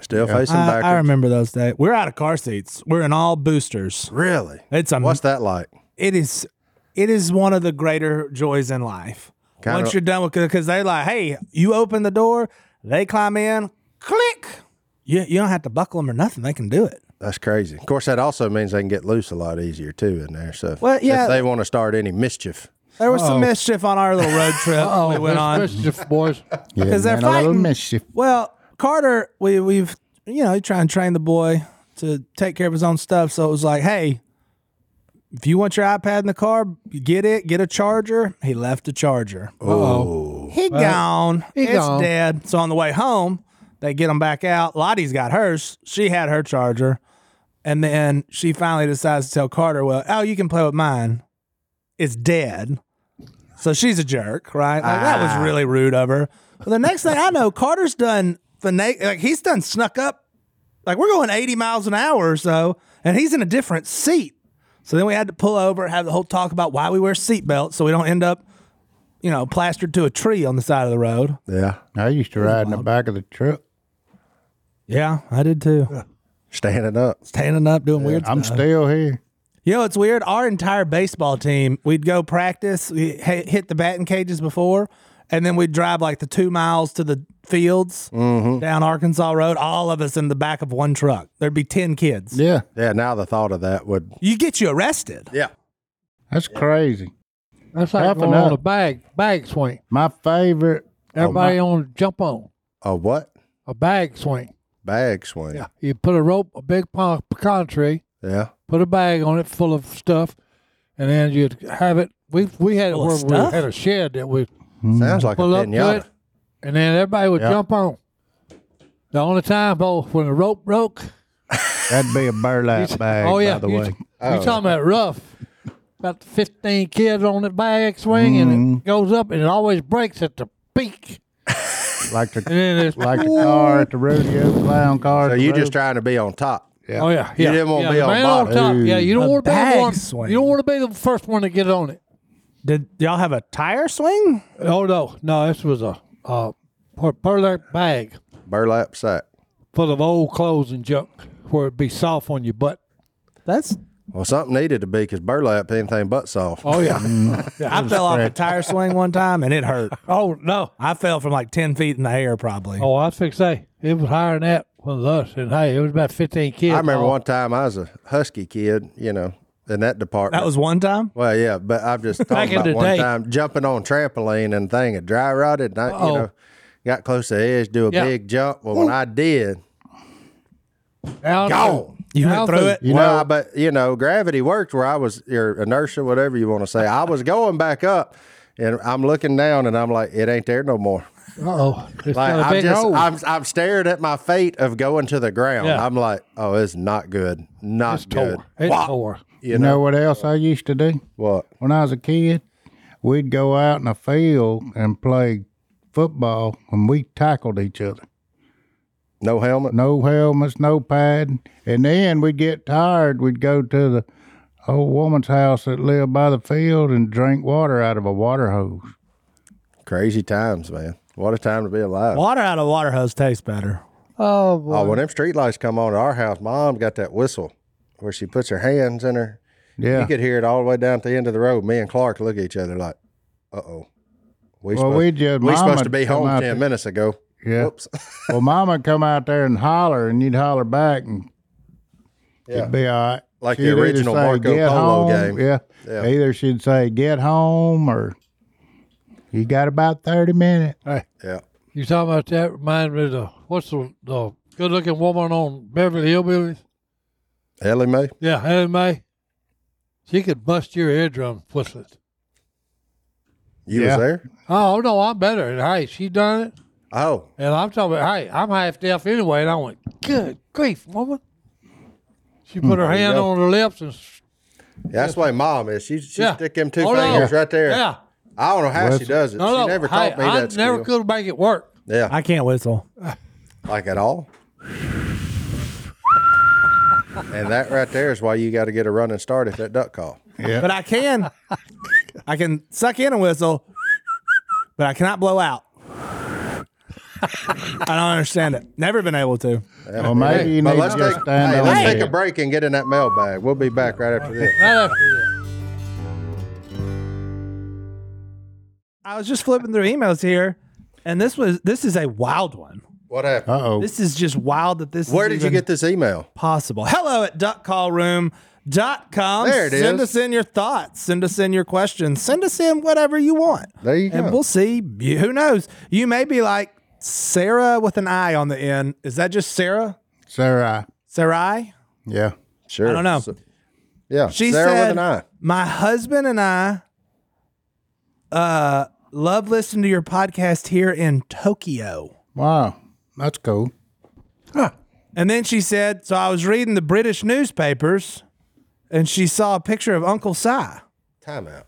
S3: Still facing
S2: I-
S3: backwards.
S2: I remember those days. We're out of car seats. We're in all boosters.
S3: Really?
S2: It's a
S3: What's that like?
S2: it is it is one of the greater joys in life.
S3: Kinda-
S2: Once you're done with because they're like, hey, you open the door, they climb in, click. You, you don't have to buckle them or nothing. They can do it.
S3: That's crazy. Of course, that also means they can get loose a lot easier too in there. So
S2: Well, yeah.
S3: if they want to start any mischief,
S2: There was some mischief on our little road trip we went on
S4: mischief, boys.
S1: it. Yeah,
S2: because they're
S1: man, a little
S2: fighting.
S1: mischief.
S2: Well, Carter, we we've you know, you try and train the boy to take care of his own stuff. So it was like, hey, if you want your iPad in the car, get it, get a charger. He left the charger.
S4: Oh,
S2: He gone.
S4: he
S2: it's
S4: gone.
S2: dead. So on the way home, they get him back out. Lottie's got hers. She had her charger. And then she finally decides to tell Carter, well, oh, you can play with mine. It's dead. So she's a jerk, right? Like, That was really rude of her. But the next thing I know, Carter's done, fina- like, he's done snuck up. Like, we're going 80 miles an hour or so, and he's in a different seat. So then we had to pull over, have the whole talk about why we wear seatbelts so we don't end up you know, plastered to a tree on the side of the road.
S3: Yeah.
S1: I used to ride in the back of the truck.
S2: Yeah, I did too.
S3: Standing up.
S2: Standing up, doing weird
S1: I'm
S2: stuff.
S1: still here.
S2: you know, it's weird. Our entire baseball team, we'd go practice, we ha- hit the batting cages before, and then we'd drive like the two miles to the fields down Arkansas Road, all of us in the back of one truck. There'd be 10 kids.
S1: Yeah,
S3: Yeah. Now the thought of that would.
S2: You get you arrested.
S3: Yeah.
S1: that's crazy.
S4: that's like
S1: Half
S4: going
S1: enough.
S4: on a bag bag swing.
S1: My favorite.
S4: Everybody on jump on
S3: A what?
S4: a bag swing.
S3: Bag swing.
S4: Yeah, you put a rope, a big pine pecan tree,
S3: Yeah.
S4: put a bag on it full of stuff, and then you'd have it. We we had it
S2: Full
S4: where
S2: of
S4: we
S2: stuff?
S4: had a shed that we
S3: Sounds like
S4: pull
S3: a
S4: up to it,
S3: pinata.
S4: and then everybody would
S1: Yep.
S4: jump on. The only time, oh, when the rope broke,
S1: That'd be a burlap bag.
S4: oh yeah,
S1: by the
S4: *laughs* you,
S1: way.
S4: you talking about rough? About fifteen kids on the bag swing,
S3: Mm-hmm.
S4: and it goes up, and it always breaks at the peak,
S1: like
S4: *laughs* and
S1: the
S4: then it's
S1: like the car at the rodeo, clown car.
S3: So
S1: at the
S3: you just
S1: rodeo.
S3: trying to be on top.
S4: Oh yeah,
S3: You
S4: yeah.
S3: didn't want to
S4: yeah,
S3: be
S4: the
S3: on
S4: man
S3: bottom.
S4: top. Yeah, you
S2: A
S4: don't want to be
S2: bag
S4: the one.
S2: swing.
S4: You don't want to be the first one to get on it.
S2: Did y'all have a tire swing?
S4: Oh no, no, this was a uh, per- burlap bag
S3: Burlap sack.
S4: full of old clothes and junk, where it'd be soft on your butt.
S2: That's
S3: Well, something needed to be because burlap anything but soft.
S4: Oh yeah.
S2: I fell off a tire swing one time and it hurt.
S4: *laughs* oh no.
S2: I fell from like 10 feet in the air, probably.
S4: Oh, I was fixed say it was higher than that when us, and hey, it was about fifteen kids. Oh,
S3: I remember
S4: all-
S3: one time I was a husky kid, you know, in that department.
S2: That was one time?
S3: well, yeah, but I've just thought
S4: *laughs* Back in
S3: about
S4: the
S3: one
S4: day.
S3: time jumping on trampoline and thing, it dry rotted, and I, you
S4: Uh-oh.
S3: know, got close to the edge, do a
S4: Yeah.
S3: big jump. Well, when I did,
S4: Down
S3: Gone.
S4: to-
S2: You
S4: down
S2: went through
S4: to-
S2: it?
S1: You
S3: well,
S1: know-
S3: I- but you know, gravity worked where I was, or inertia, whatever you want to say. I was going back up, and I'm looking down, and I'm like, it ain't there no more.
S4: Uh-oh. It's
S3: Like
S4: got a
S3: I'm
S4: big
S3: just,
S4: hole.
S3: I'm, I'm staring at my fate of going to the ground.
S4: Yeah.
S3: I'm like, oh, it's not good, not
S4: it's
S3: good.
S4: tore. It's tore.
S1: You know what else I used to do?
S3: What?
S1: when I was a kid, we'd go out in the field and play football and we tackled each other.
S3: No helmet.
S1: No helmets, no padding. And then we'd get tired, we'd go to the old woman's house that lived by the field and drink water out of a water hose.
S3: Crazy times, man. What a time to be alive.
S2: Water out of a water hose tastes better.
S4: Oh boy.
S3: Oh, when them street lights come on at our house, mom got that whistle where she puts her hands in her. You
S1: Yeah.
S3: could hear it all the way down to the end of the road. Me and Clark look at each other like, uh oh. We
S1: Well,
S3: supposed,
S1: we just-
S3: we
S1: Mama
S3: supposed to be
S1: come
S3: home
S1: out
S3: 10
S1: to-
S3: minutes ago.
S1: Yeah.
S3: Oops.
S1: well, Mama'd come out there and holler, and you'd holler back, and
S3: Yeah.
S1: it'd be all right.
S3: Like the
S1: She'd either
S3: original Marco
S1: "Get
S3: Polo
S1: home."
S3: game.
S1: Yeah.
S3: Yeah.
S1: Either she'd say, "Get home," or "You got about thirty minutes."
S3: *laughs* yeah.
S4: You talking about that? Remind me of the what's the, the good looking woman on Beverly Hillbillies?
S3: Ellie Mae.
S4: Yeah, Helen May. She could bust your eardrum with it.
S3: You
S1: Yeah.
S3: was there?
S4: Oh no, I'm better. And hey, she done it,
S3: Oh,
S4: and I'm talking about hey, I'm half deaf anyway. And I went, good grief, woman. She put her hand
S3: go.
S4: on her lips and s-
S3: yeah, that's the way mom is. She, she
S4: yeah.
S3: stick them two
S4: Oh, no.
S3: fingers right there.
S4: Yeah,
S3: I don't know how
S1: Well,
S3: she does it.
S4: no,
S3: she
S4: no.
S3: never
S4: hey,
S3: taught me
S4: I
S3: that skill.
S4: never could make it work.
S3: Yeah,
S2: I can't whistle.
S3: like at all. and that right there is why you got to get a running start at that duck call.
S2: But
S1: Yeah.
S2: I can. I can suck in and whistle, but I cannot blow out. I don't understand it. Never been able to.
S1: Well, maybe you
S3: But
S1: need
S3: let's
S1: to just
S3: take,
S1: stand
S3: hey,
S1: on
S3: let's
S1: your
S3: take a
S1: head.
S3: break and get in that mailbag. We'll be back right after this.
S4: Right after that.
S2: I was just flipping through emails here, and this was this is a wild one.
S3: What happened?
S1: Uh oh.
S2: This is just wild that this.
S3: Where
S2: is
S3: did you
S2: even
S3: get this email?
S2: possible? Hello at duckcallroom.com.
S3: There it
S2: Send
S3: is.
S2: us in your thoughts. Send us in your questions. Send us in whatever you want.
S3: There you
S2: and
S3: go.
S2: we'll see. You- Who knows? You may be like Sarah with an I on the end. Is that just Sarah?
S1: Sarah.
S2: Sarai?
S1: Yeah.
S3: Sure.
S2: I don't know.
S3: So- yeah.
S2: She
S3: Sarah
S2: said,
S3: with an eye.
S2: My husband and I uh, love listening to your podcast here in Tokyo.
S1: Wow. That's cool.
S2: And then she said, So I was reading the British newspapers and she saw a picture of Uncle Si.
S3: Time out.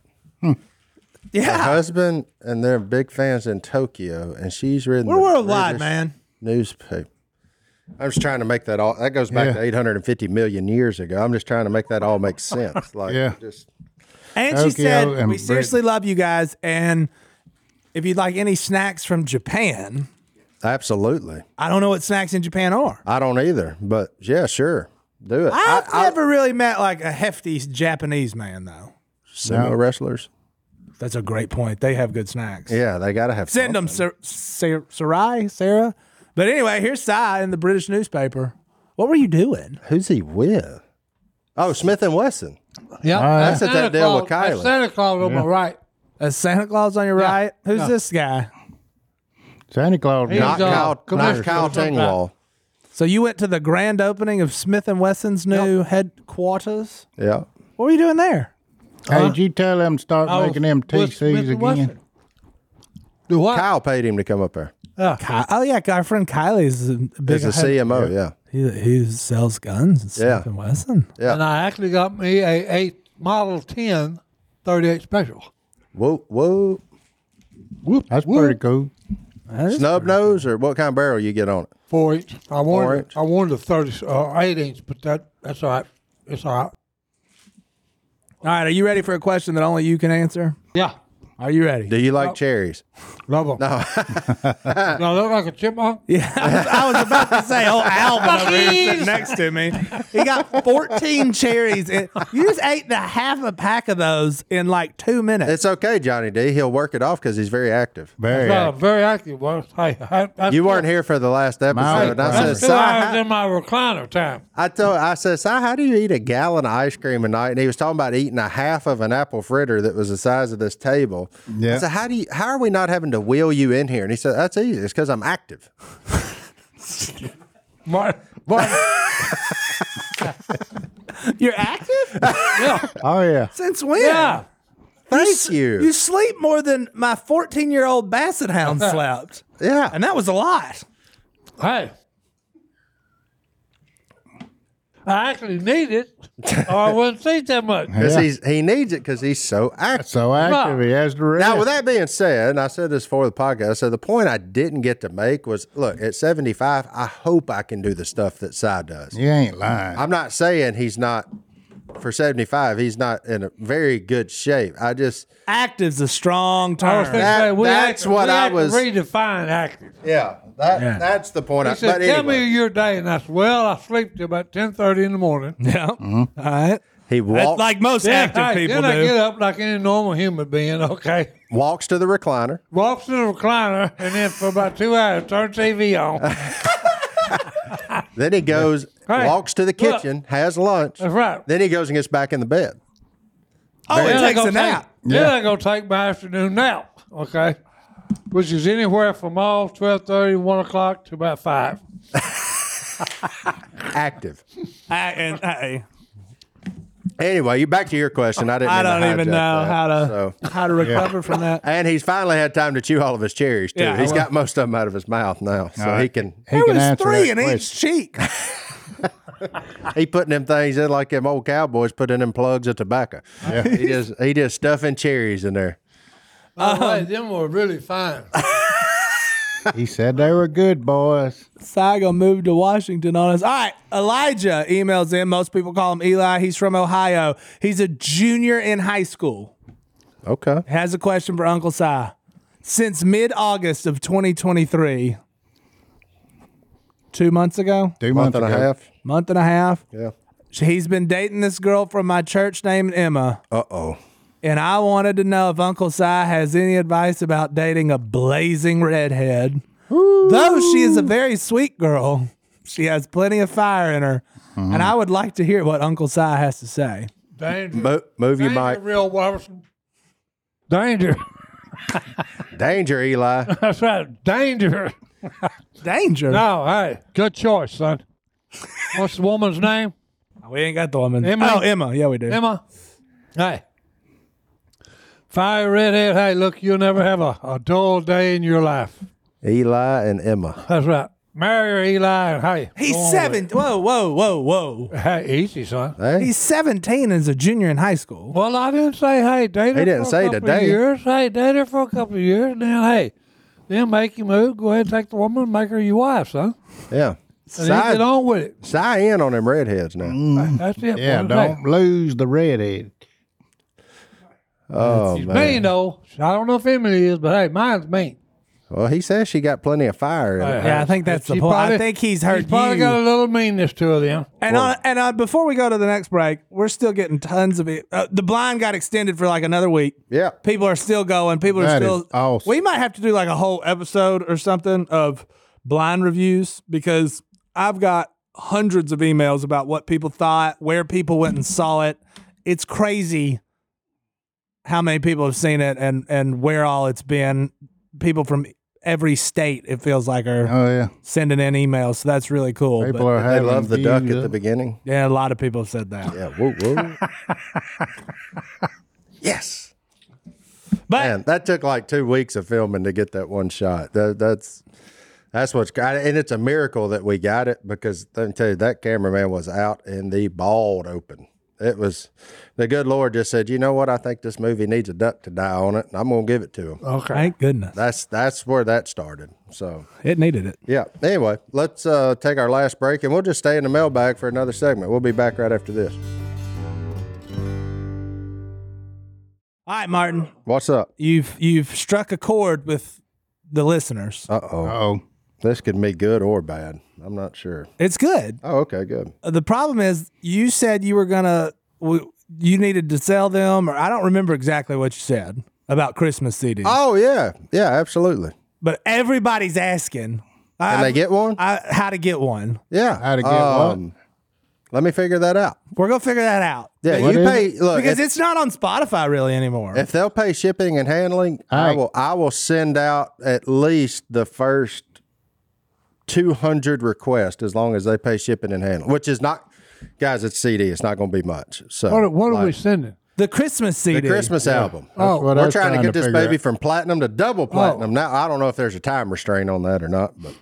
S3: Her
S2: Yeah.
S3: husband and they're big fans in Tokyo, and she's reading
S2: We're
S3: the
S2: worldwide,
S3: British
S2: man.
S3: newspaper. I'm just trying to make that all. That goes back
S1: Yeah.
S3: to 850 million years ago. I'm just trying to make that all make sense. Like,
S1: Yeah.
S3: just
S2: And she
S1: Tokyo
S2: said,
S1: and
S2: We
S1: Brit-
S2: seriously love you guys. And if you'd like any snacks from Japan,
S3: absolutely.
S2: I don't know what snacks in Japan are.
S3: I don't either, but yeah, sure, do it.
S4: Ah.
S2: I've
S3: I, I,
S2: never really met like a hefty Japanese man, though.
S3: sumo wrestlers.
S2: That's a great point. They have good snacks.
S3: Yeah, they gotta have.
S2: Send them, Sar- Sar- Sarai, Sarah. But anyway, here's Sai in the British newspaper. What were you doing?
S3: Who's he with? Oh, Smith and Wesson.
S4: Yeah,
S3: That's at that deal with
S4: Claus-
S3: Kylie.
S4: that's Santa Claus on my right.
S2: Is Santa Claus on your right? Who's this guy?
S1: Santa Claus.
S4: He's uh,
S3: Not
S4: a
S3: Kyle. Not
S4: commercial
S3: Kyle
S4: sometime.
S3: Tangwall.
S2: So you went to the grand opening of Smith and Wesson's new headquarters.
S3: Yeah.
S2: What were you doing there?
S1: Hey, did you tell them to start
S2: Oh,
S4: I was
S1: making them
S4: Oh, with Smith
S1: TCs
S4: and
S1: again?
S4: Wesson. Do what?
S3: Kyle paid him to come up there
S2: Ky- oh yeah, our friend Kylie's a big.
S3: as the CMO. Yeah.
S2: He, he sells guns at Smith
S3: Yeah.
S2: and Wesson.
S3: Yeah.
S4: And I actually got me a, a Model 10 38 Special.
S3: Whoa, whoa.
S4: Whoop,
S1: That's
S4: whoop.
S1: pretty cool.
S3: Snub nose or what kind of barrel you get on it?
S4: Four inch. I wanted,
S3: Four inch.
S4: I wanted a 30 or eight inch, but that that's all right. It's all right.
S2: All right, are you ready for a question that only you can answer?
S4: Yeah,
S2: Are you ready?
S3: Do you like cherries?
S4: love them. *laughs* No, I look like a chipmunk.
S2: Yeah, I was, I was about to say, oh, Alvin over here sitting next to me. He got 14 cherries. In, you just ate the half a pack of those in like two minutes.
S3: It's okay, Johnny D. He'll work it off because he's very active.
S1: Very.
S4: Yeah,
S1: active.
S4: very active. Was hey, I, that's
S3: You weren't here for the last episode. and I said,
S4: That's
S1: That's
S4: two
S3: "Si,
S4: hours
S3: how-"
S4: in my recliner time.
S3: I told I said, "Si, how do you eat a gallon of ice cream a night?" And he was talking about eating a half of an apple fritter that was the size of this table. I
S1: Yeah.
S3: said, "How do you? How are we not having to wheel you in here?" And he said, "That's easy. It's because I'm active."
S4: Martin, Martin,
S2: You're active?
S4: yeah,
S1: Oh yeah.
S2: Since when?
S4: yeah.
S3: Thank
S2: s-
S3: you.
S2: You sleep more than my 14 year old basset
S4: *laughs*
S2: hound slept.
S3: Yeah.
S2: And that was a lot.
S4: Hey, I actually need it, or I wouldn't see that much.
S3: Because
S1: Yeah.
S3: he's he needs it because he's so active.
S1: So active he has to rest.
S3: Now, with that being said, and I said this before the podcast, so the point I didn't get to make was look, at 75, I hope I can do the stuff that Cy does.
S1: you ain't lying.
S3: I'm not saying he's not, for 75, he's not in a very good shape. I just,
S2: Active's a strong
S4: I was
S2: term.
S4: thinking,
S3: That-
S4: hey, we
S3: that's
S4: act-
S3: what
S4: we
S3: I
S4: act
S3: was-
S4: redefine active.
S3: yeah, that, that's the point. I,
S4: He said,
S3: but
S4: "Tell
S3: anyway,
S4: me your day," and I said, "Well, I sleep till about ten thirty in the morning." *laughs*
S2: Yeah.
S3: Mm-hmm.
S2: All right.
S3: he walks,
S2: That's like most active
S4: hey,
S2: people
S4: then I
S2: do.
S4: get up like any normal human being. Okay,
S3: walks to the recliner.
S4: walks to the recliner, and then for about two hours, turn TV
S3: *laughs*
S4: on.
S3: Then he goes,
S4: Hey,
S3: walks to the
S4: look.
S3: kitchen, has lunch.
S4: That's right.
S3: Then he goes and gets back in the bed.
S2: Oh, it
S4: Then I
S2: takes
S4: go
S2: a nap.
S4: Take, Then I go take my afternoon nap. Okay, which is anywhere from all 12.30, 1 o'clock to about five.
S3: Active.
S2: I, and, I,
S3: Anyway, you back to your question. I didn't.
S2: I
S3: mean to
S2: don't even
S3: hijack
S2: know
S3: that,
S2: how to
S3: so.
S2: how to recover from that.
S3: And he's finally had time to chew all of his cherries too.
S2: Yeah,
S3: He's
S2: well-
S3: got most of them out of his mouth now, so he can.
S1: He
S2: There
S1: can
S2: was
S1: answer
S2: three
S1: that
S2: in
S1: question.
S2: each cheek.
S3: He putting them things in like them old cowboys putting them plugs of tobacco. he just he just stuffing cherries in there.
S4: By the way, Oh, them were really fine.
S1: He said they were good boys.
S2: Saigo moved to Washington on us. All right, Elijah emails in. Most people call him Eli. He's from Ohio. He's a junior in high school.
S3: Okay.
S2: Has a question for Uncle Si. Since mid August of 2023, two months ago,
S1: Two months
S3: Month and a
S1: ago.
S3: half.
S2: month and a half,
S3: Yeah.
S2: he's been dating this girl from my church named Emma.
S3: Uh oh.
S2: And I wanted to know if Uncle Si has any advice about dating a blazing redhead. Though she is a very sweet girl, she has plenty of fire in her. And I would like to hear what Uncle Si has to say.
S4: Danger.
S3: Mo- move you,
S4: Danger,
S3: Mike.
S4: real Robertson. Danger.
S3: Danger, Eli.
S4: That's right. Danger. *laughs*
S2: Danger.
S4: No, hey, good choice, son. What's the woman's name?
S2: We ain't got the woman.
S4: Emily?
S2: Oh, Emma. Yeah, we do.
S4: Emma. Hey. Fire redhead, hey, look, you'll never have a, a dull day in your life.
S3: Eli and Emma.
S4: That's right. Marry her, Eli, and hey.
S2: He's
S4: go on
S2: seven. Whoa, whoa, whoa, whoa.
S4: with it. Hey, easy, son.
S3: Hey,
S2: He's 17 as a junior in high school.
S4: Well, I didn't say hey, date her
S3: He didn't
S4: for a
S3: say
S4: couple of
S3: today.
S4: years. Hey, date her for a couple of years, and then hey, then make you move. Go ahead and take the woman, and make her your wife, son.
S3: yeah.
S4: And then get
S3: Sigh,
S4: on with it.
S3: sigh in on them redheads now.
S1: Mm.
S4: That's it.
S1: Yeah,
S4: boy. Hey,
S1: don't lose the redhead.
S3: Oh
S4: She's mean
S3: man.
S4: though. I don't know if Emily is, but hey, mine's mean.
S3: Well, he says she got plenty of fire. In it.
S2: Yeah, I think that's the
S4: She
S2: point. I
S4: probably-
S2: think he's heard
S4: She's probably
S2: you.
S4: got a little meanness to her then.
S2: And on, and on, before we go to the next break, we're still getting tons of it. Uh, the blind got extended for like another week.
S3: Yeah.
S2: People are still going. People are
S1: That is
S2: still.
S1: awesome.
S2: We might have to do like a whole episode or something of blind reviews because I've got hundreds of emails about what people thought, where people went and saw it. It's crazy how many people have seen it and and where all it's been. People from every state it feels like are
S1: Oh yeah,
S2: sending in emails, so that's really cool. but-
S1: people are
S3: They
S1: having.
S3: love the duck
S1: views
S3: at the
S1: up.
S3: beginning.
S2: yeah, a lot of people have said that.
S3: Yeah. Whoa, whoa. yes.
S2: But
S3: Man, that took like two weeks of filming to get that one shot. That, that's that's what's got it. And it's a miracle that we got it because let me tell you, that cameraman was out in the bald open. It was the good Lord just said, you know what? I think this movie needs a duck to die on it, and I'm gonna give it to him.
S2: Oh.
S4: Okay.
S2: thank goodness
S3: That's that's where that started. So
S2: it needed it.
S3: yeah. Anyway, let's uh, take our last break, and we'll just stay in the mailbag for another segment. We'll be back right after this.
S2: All right, Martin,
S3: What's up?
S2: you've you've struck a chord with the listeners.
S3: Uh oh.
S1: Oh,
S3: This could be good or bad. I'm not sure.
S2: It's good.
S3: Oh, okay, good.
S2: The problem is you said you were gonna w- you needed to sell them, or I don't remember exactly what you said about Christmas CDs.
S3: Oh yeah, yeah, absolutely.
S2: but everybody's asking.
S3: Can they get one?
S2: I, how to get one?
S3: Yeah. Um,
S1: How to get
S3: Let me figure that out.
S2: We're gonna figure that out.
S3: Yeah,
S1: What
S3: you
S1: is
S3: pay. Look,
S2: because
S3: if,
S2: it's not on Spotify really anymore.
S3: if they'll pay shipping and handling, I,
S1: All right.
S3: will. I will send out at least the first two hundred requests as long as they pay shipping and handling, which is not, guys. It's CD. It's not going to be much. So
S4: What, are- what are we sending?
S2: the Christmas CD.
S3: the Christmas album.
S1: that's what I
S3: We're
S1: was
S3: trying to get this
S1: figure
S3: baby
S1: out.
S3: from platinum to double platinum. Now I don't know if there's a time restraint on that or not, but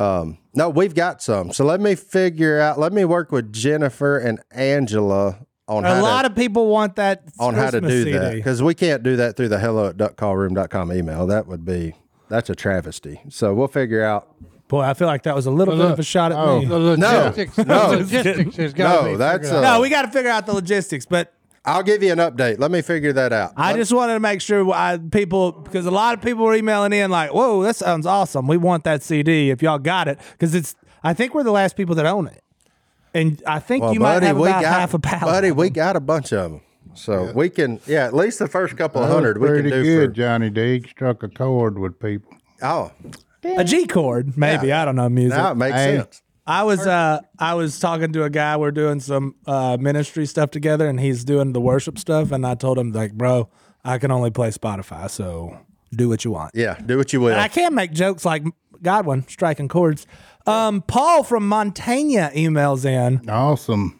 S3: um, no, we've got some. So let me figure out. Let me work with Jennifer and Angela on
S2: A
S3: how
S2: lot
S3: to,
S2: of people want that
S3: on how to
S2: Christmas
S3: do
S2: CD.
S3: that because we can't do that through the hello at duckcallroom.com email. That would be that's a travesty. So we'll figure out.
S2: Boy, I feel like that was a little bit of a shot at me.
S4: The logistics.
S3: Oh. no.
S4: the logistics has got to
S3: No,
S4: be.
S3: that's
S4: figured out.
S3: a-
S2: No, we got to figure out the logistics, but
S3: I'll give you an update. Let me figure that out.
S2: I just wanted to make sure I, people, because a lot of people were emailing in like, "Whoa, that sounds awesome! We want that CD if y'all got it." Because it's, I think we're the last people that own it, and I think
S3: Well,
S2: you might have about half a pallet.
S3: buddy. We got a bunch of them, so we can yeah. At least the first couple of
S1: that was
S3: hundred we
S1: pretty
S3: can do
S1: good,
S3: for
S1: Johnny D. Struck a chord with people.
S3: oh
S2: a G chord, maybe I don't know music.
S3: now it makes
S1: Hey.
S3: sense.
S2: I was uh I was talking to a guy. We're doing some uh ministry stuff together, and he's doing the worship stuff. And I told him like, bro, I can only play Spotify, so do what you want.
S3: Yeah, do what you will.
S2: And I can make jokes like Godwin striking chords. Um, Paul from Montana emails in.
S1: Awesome.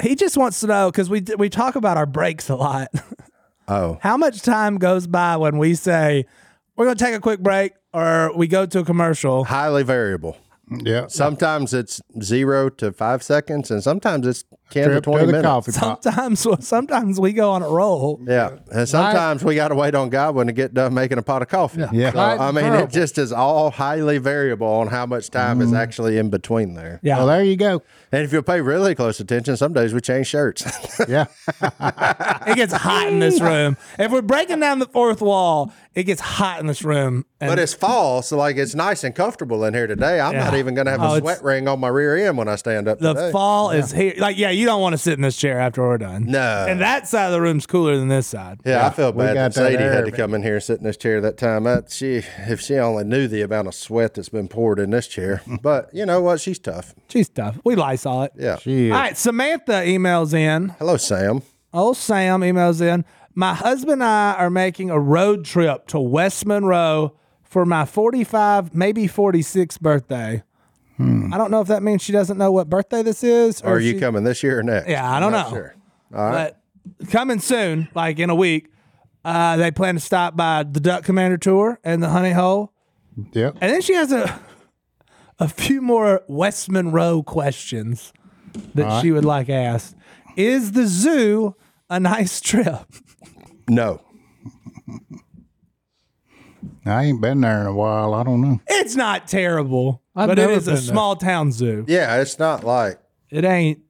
S2: He just wants to know because we we talk about our breaks a lot. *laughs*
S3: Oh,
S2: How much time goes by when we say we're going to take a quick break or we go to a
S3: *laughs*
S2: commercial?
S3: highly variable.
S1: Yeah.
S3: Sometimes it's zero to five seconds, and sometimes it's ten to
S1: Trip
S3: twenty
S1: to the
S3: minutes.
S1: coffee pot.
S2: Sometimes sometimes we go on a roll.
S3: Yeah, and sometimes we got to wait on Godwin to get done making a pot of coffee.
S1: Yeah.
S3: So, I mean, it just is all highly variable on how much time is actually in between there.
S2: Yeah.
S1: Well, there you
S3: *laughs*
S1: go.
S3: And if you pay really close attention, some days we change shirts. *laughs*
S1: Yeah.
S2: It gets hot in this room. If we're breaking down the fourth wall, it gets hot in this room. And
S3: but it's fall, so like it's nice and comfortable in here today. I'm
S2: Yeah.
S3: not even going to have
S2: Oh,
S3: a
S2: it's-
S3: sweat ring on my rear end when I stand up
S2: the
S3: today.
S2: fall is here. Like, yeah, you don't want to sit in this chair after we're done.
S3: No.
S2: And that side of the room's cooler than this side.
S3: Yeah, I felt
S1: we
S3: bad
S1: got
S3: that
S1: that
S3: Sadie had
S1: air,
S3: to
S1: man.
S3: come in here and sit in this chair that time. That she, if she only knew the amount of sweat that's been poured in
S1: *laughs*
S3: this chair. But you know what? She's tough.
S2: She's tough. We Lysol it.
S3: Yeah.
S1: She is.
S2: All right, Samantha emails in.
S3: Hello, Sam.
S2: Old Sam emails in. My husband and I are making a road trip to West Monroe for my 45, maybe 46 birthday. I don't know if that means she doesn't know what birthday this is.
S3: Hmm. Are you
S2: she-
S3: coming this year or next?
S2: Yeah, I don't
S3: Not
S2: know.
S3: Sure. All right.
S2: But coming soon, like in a week, uh, they plan to stop by the Duck Commander Tour and the Honey Hole.
S1: Yep.
S2: And then she has a a few more West Monroe questions that she would like asked. Is the zoo a nice trip?
S3: No.
S1: I ain't been there in a while. I don't know.
S2: It's not terrible,
S4: I've
S2: but it
S4: never
S2: is a
S4: been there.
S2: small town zoo.
S3: Yeah, it's not like.
S2: It ain't.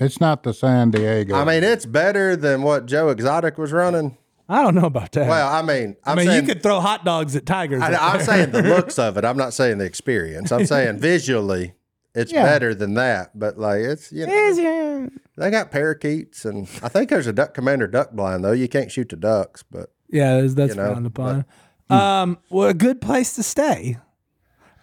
S1: It's not the San Diego.
S3: I mean, it's better than what Joe Exotic was running.
S2: I don't know about that.
S3: Well, I mean,
S2: I
S3: I'm
S2: mean,
S3: saying
S2: you could throw hot dogs at tigers.
S3: I,
S2: up
S3: I'm
S2: there.
S3: saying the looks of it. I'm not saying the experience. I'm saying visually, it's
S1: Yeah.
S3: better than that. But like, it's you know, they got parakeets, and I think there's a duck commander duck blind though. You can't shoot the ducks, but
S2: Yeah, that's, that's
S3: know,
S2: frowned upon. um, well, a good place to stay.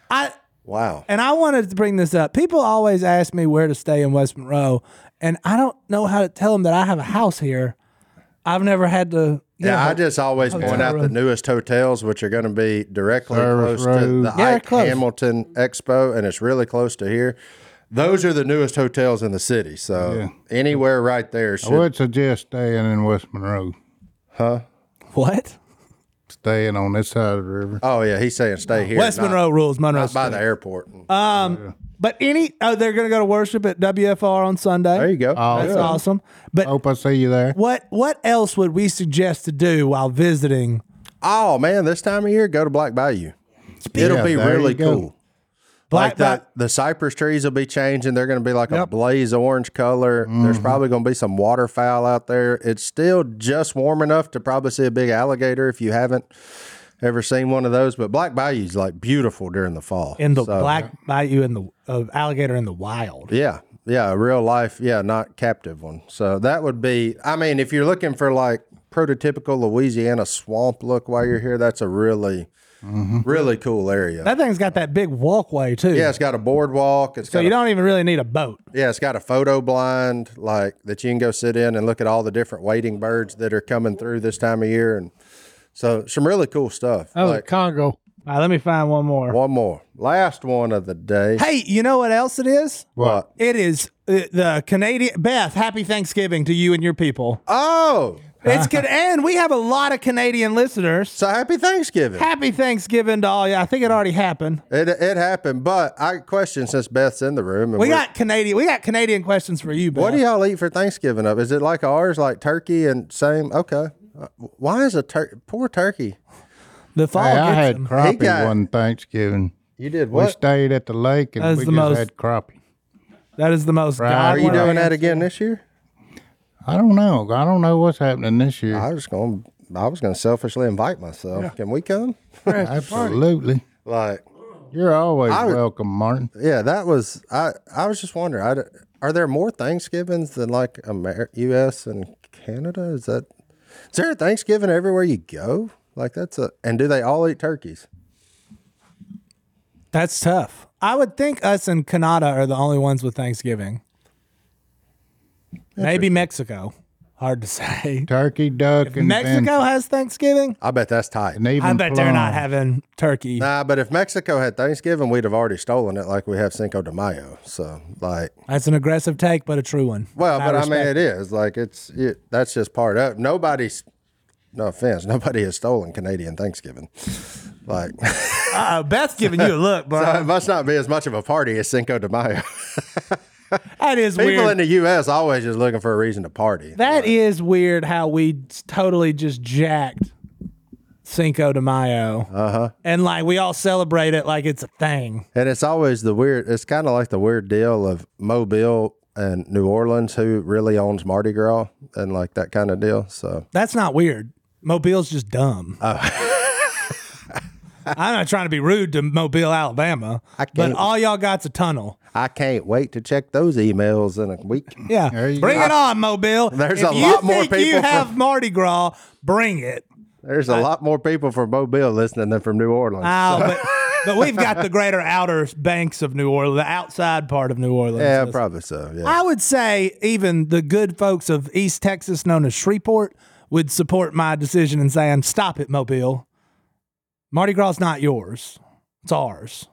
S2: I
S3: wow,
S2: and I wanted to bring this up. People always ask me where to stay in West Monroe, and I don't know how to tell them that I have a house here. I've never had to.
S3: yeah. I just always point out the
S2: room.
S3: newest hotels, which are going to be directly
S1: Service
S3: close
S1: road.
S3: to the
S2: Yeah,
S3: Ike
S2: close.
S3: Hamilton Expo, and it's really close to here. Those are the newest hotels in the city. So anywhere right there
S1: I
S3: should
S1: would suggest staying in West Monroe,
S2: what
S1: staying on this side of the river.
S3: Oh yeah, he's saying stay here.
S2: West
S3: not-
S2: Monroe Uh, rules Monroe.
S3: not by
S2: State.
S3: the airport.
S2: But any oh, they're gonna go to worship at WFR on Sunday.
S3: there you go.
S1: Oh,
S3: Oh.
S2: That's awesome. But
S1: Hope I see you there.
S2: what what else would we suggest to do while visiting?
S3: Oh man, this time of year, go to Black Bayou. It'll
S1: Yeah,
S3: be
S1: there
S3: really
S1: you go.
S3: cool.
S2: Black
S3: like that, the cypress trees will be changing. They're going to be like a blaze orange color.
S1: Mm-hmm.
S3: There's probably going to be some waterfowl out there. It's still just warm enough to probably see a big alligator if you haven't ever seen one of those. But Black Bayou's like beautiful during the fall.
S2: in the
S3: So,
S2: black bayou in the uh, alligator in the wild.
S3: Yeah, yeah, a real life, yeah, not captive one. So that would be. I mean, if you're looking for like prototypical Louisiana swamp look while you're here, that's a really,
S2: Mm-hmm.
S3: really cool area.
S2: That thing's got that big walkway too.
S3: yeah, it's got a boardwalk. It's
S2: So
S3: got
S2: you
S3: a,
S2: don't even really need a boat.
S3: yeah, it's got a photo blind like that you can go sit in and look at all the different wading birds that are coming through this time of year, and so some really cool stuff.
S4: Oh,
S3: like
S4: Congo.
S2: All right, let me find one more.
S3: one more, last one of the day.
S2: Hey, you know what else it is?
S3: What?
S2: It is uh, the Canadian Beth. Happy Thanksgiving to you and your people.
S3: Oh, *laughs*
S2: It's good, and we have a lot of Canadian listeners.
S3: so happy Thanksgiving.
S2: Happy Thanksgiving to all you. I think it already happened.
S3: It, it happened, but I question since Beth's in the room. And
S2: We
S3: we're-
S2: got Canadian. We got Canadian questions for you, Beth.
S3: What do y'all eat for Thanksgiving? Up is it like ours, like turkey and same? Okay, Uh, why is a tur- poor turkey?
S2: the fall
S1: Hey, I
S2: gets
S1: had
S2: them.
S1: crappie
S3: got-
S1: one Thanksgiving.
S3: You did
S1: We stayed at the lake and
S2: That's
S1: we
S2: the
S1: just
S2: most-
S1: had crappie.
S2: That is the most.
S1: Right.
S2: God
S3: Are you
S2: one I
S3: doing
S2: am.
S3: that again this year?
S1: I don't know. I don't know what's happening this year.
S3: I was going. to I was going to selfishly invite myself. Can we come?
S1: Absolutely.
S3: Like,
S1: You're always welcome, Martin.
S3: yeah, that was. I I was just wondering. I, d- are there more Thanksgivings than like Amer- U.S. and Canada? Is that is there a Thanksgiving everywhere you go? Like that's a and do they all eat turkeys?
S2: That's tough. I would think us and Canada are the only ones with Thanksgiving. Maybe Mexico. Hard to *laughs* say.
S1: Turkey, duck, and
S2: Mexico
S1: then-
S2: has Thanksgiving.
S3: I bet that's tight.
S1: and even
S2: I bet they're not
S1: plum.
S2: having turkey.
S3: Nah, but if Mexico had Thanksgiving, we'd have already stolen it, like we have Cinco de Mayo. So, like,
S2: That's an aggressive take, but a true one.
S3: well,
S2: And
S3: but I mean,
S2: respect
S3: it is like it's it, that's just part of. Nobody's, no offense, nobody has stolen Canadian Thanksgiving. Like, *laughs*
S2: Uh-oh, Beth's giving you a look, bro.
S3: it must not be as much of a party as Cinco de Mayo.
S2: that is
S3: People
S2: weird.
S3: in the U.S. always just looking for a reason to party.
S2: that is weird how we totally just jacked Cinco de Mayo. Uh
S3: Uh-huh.
S2: huh. And like we all celebrate it like it's a thing.
S3: And it's always the weird. It's kind of like the weird deal of Mobile and New Orleans, who really owns Mardi Gras and like that kind of deal. So.
S2: That's not weird. Mobile's just dumb.
S3: Oh. *laughs*
S2: I'm not trying to be rude to Mobile, Alabama, but
S3: can't-
S2: all y'all got's a tunnel.
S3: I can't wait to check those emails in a week.
S2: Yeah,
S1: There you
S2: bring
S1: go.
S2: it on, Mobile.
S3: There's
S2: If
S3: a
S2: you
S3: lot more
S2: think You
S3: people from-
S2: have Mardi Gras, bring it.
S3: There's a lot more people from Mobile listening than from New Orleans.
S2: Oh, but but we've got the greater outer banks of New Orleans, the outside part of New Orleans.
S3: yeah,
S2: That's-
S3: probably so. Yeah.
S2: I would say even the good folks of East Texas, known as Shreveport, would support my decision in saying, "Stop it, Mobile." Mardi Gras is not yours. It's ours.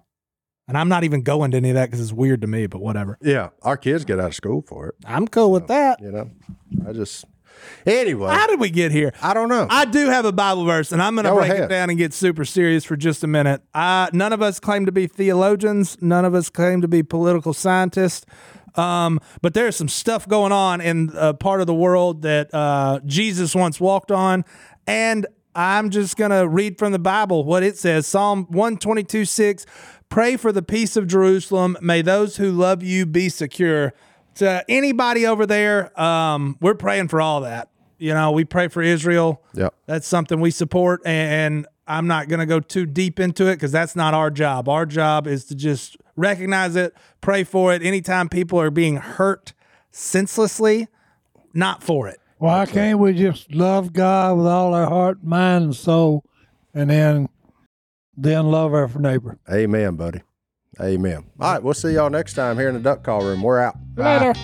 S2: And I'm not even going to any of that because it's weird to me, but whatever.
S3: Yeah, our kids get out of school for it.
S2: I'm cool with that.
S3: You know, I just anyway.
S2: How did we get here?
S3: I don't know.
S2: I do have a Bible verse, and I'm going to
S3: Go
S2: break it
S3: ahead.
S2: down and get super serious for just a minute. I, none of us claim to be theologians. None of us claim to be political scientists. Um, but there's some stuff going on in a part of the world that uh, Jesus once walked on. And I'm just going to read from the Bible what it says Psalm 122 6. Pray for the peace of Jerusalem. May those who love you be secure. To anybody over there, um, we're praying for all that. You know, we pray for Israel.
S3: Yeah.
S2: That's something we support. And I'm not going to go too deep into it because that's not our job. Our job is to just recognize it, pray for it. Anytime people are being hurt senselessly, not for it.
S4: Why can't we just love God with all our heart, mind, and soul, and then then love our neighbor?
S3: Amen, buddy. Amen. All right, we'll see y'all next time here in the duck call room. We're out.
S4: Later.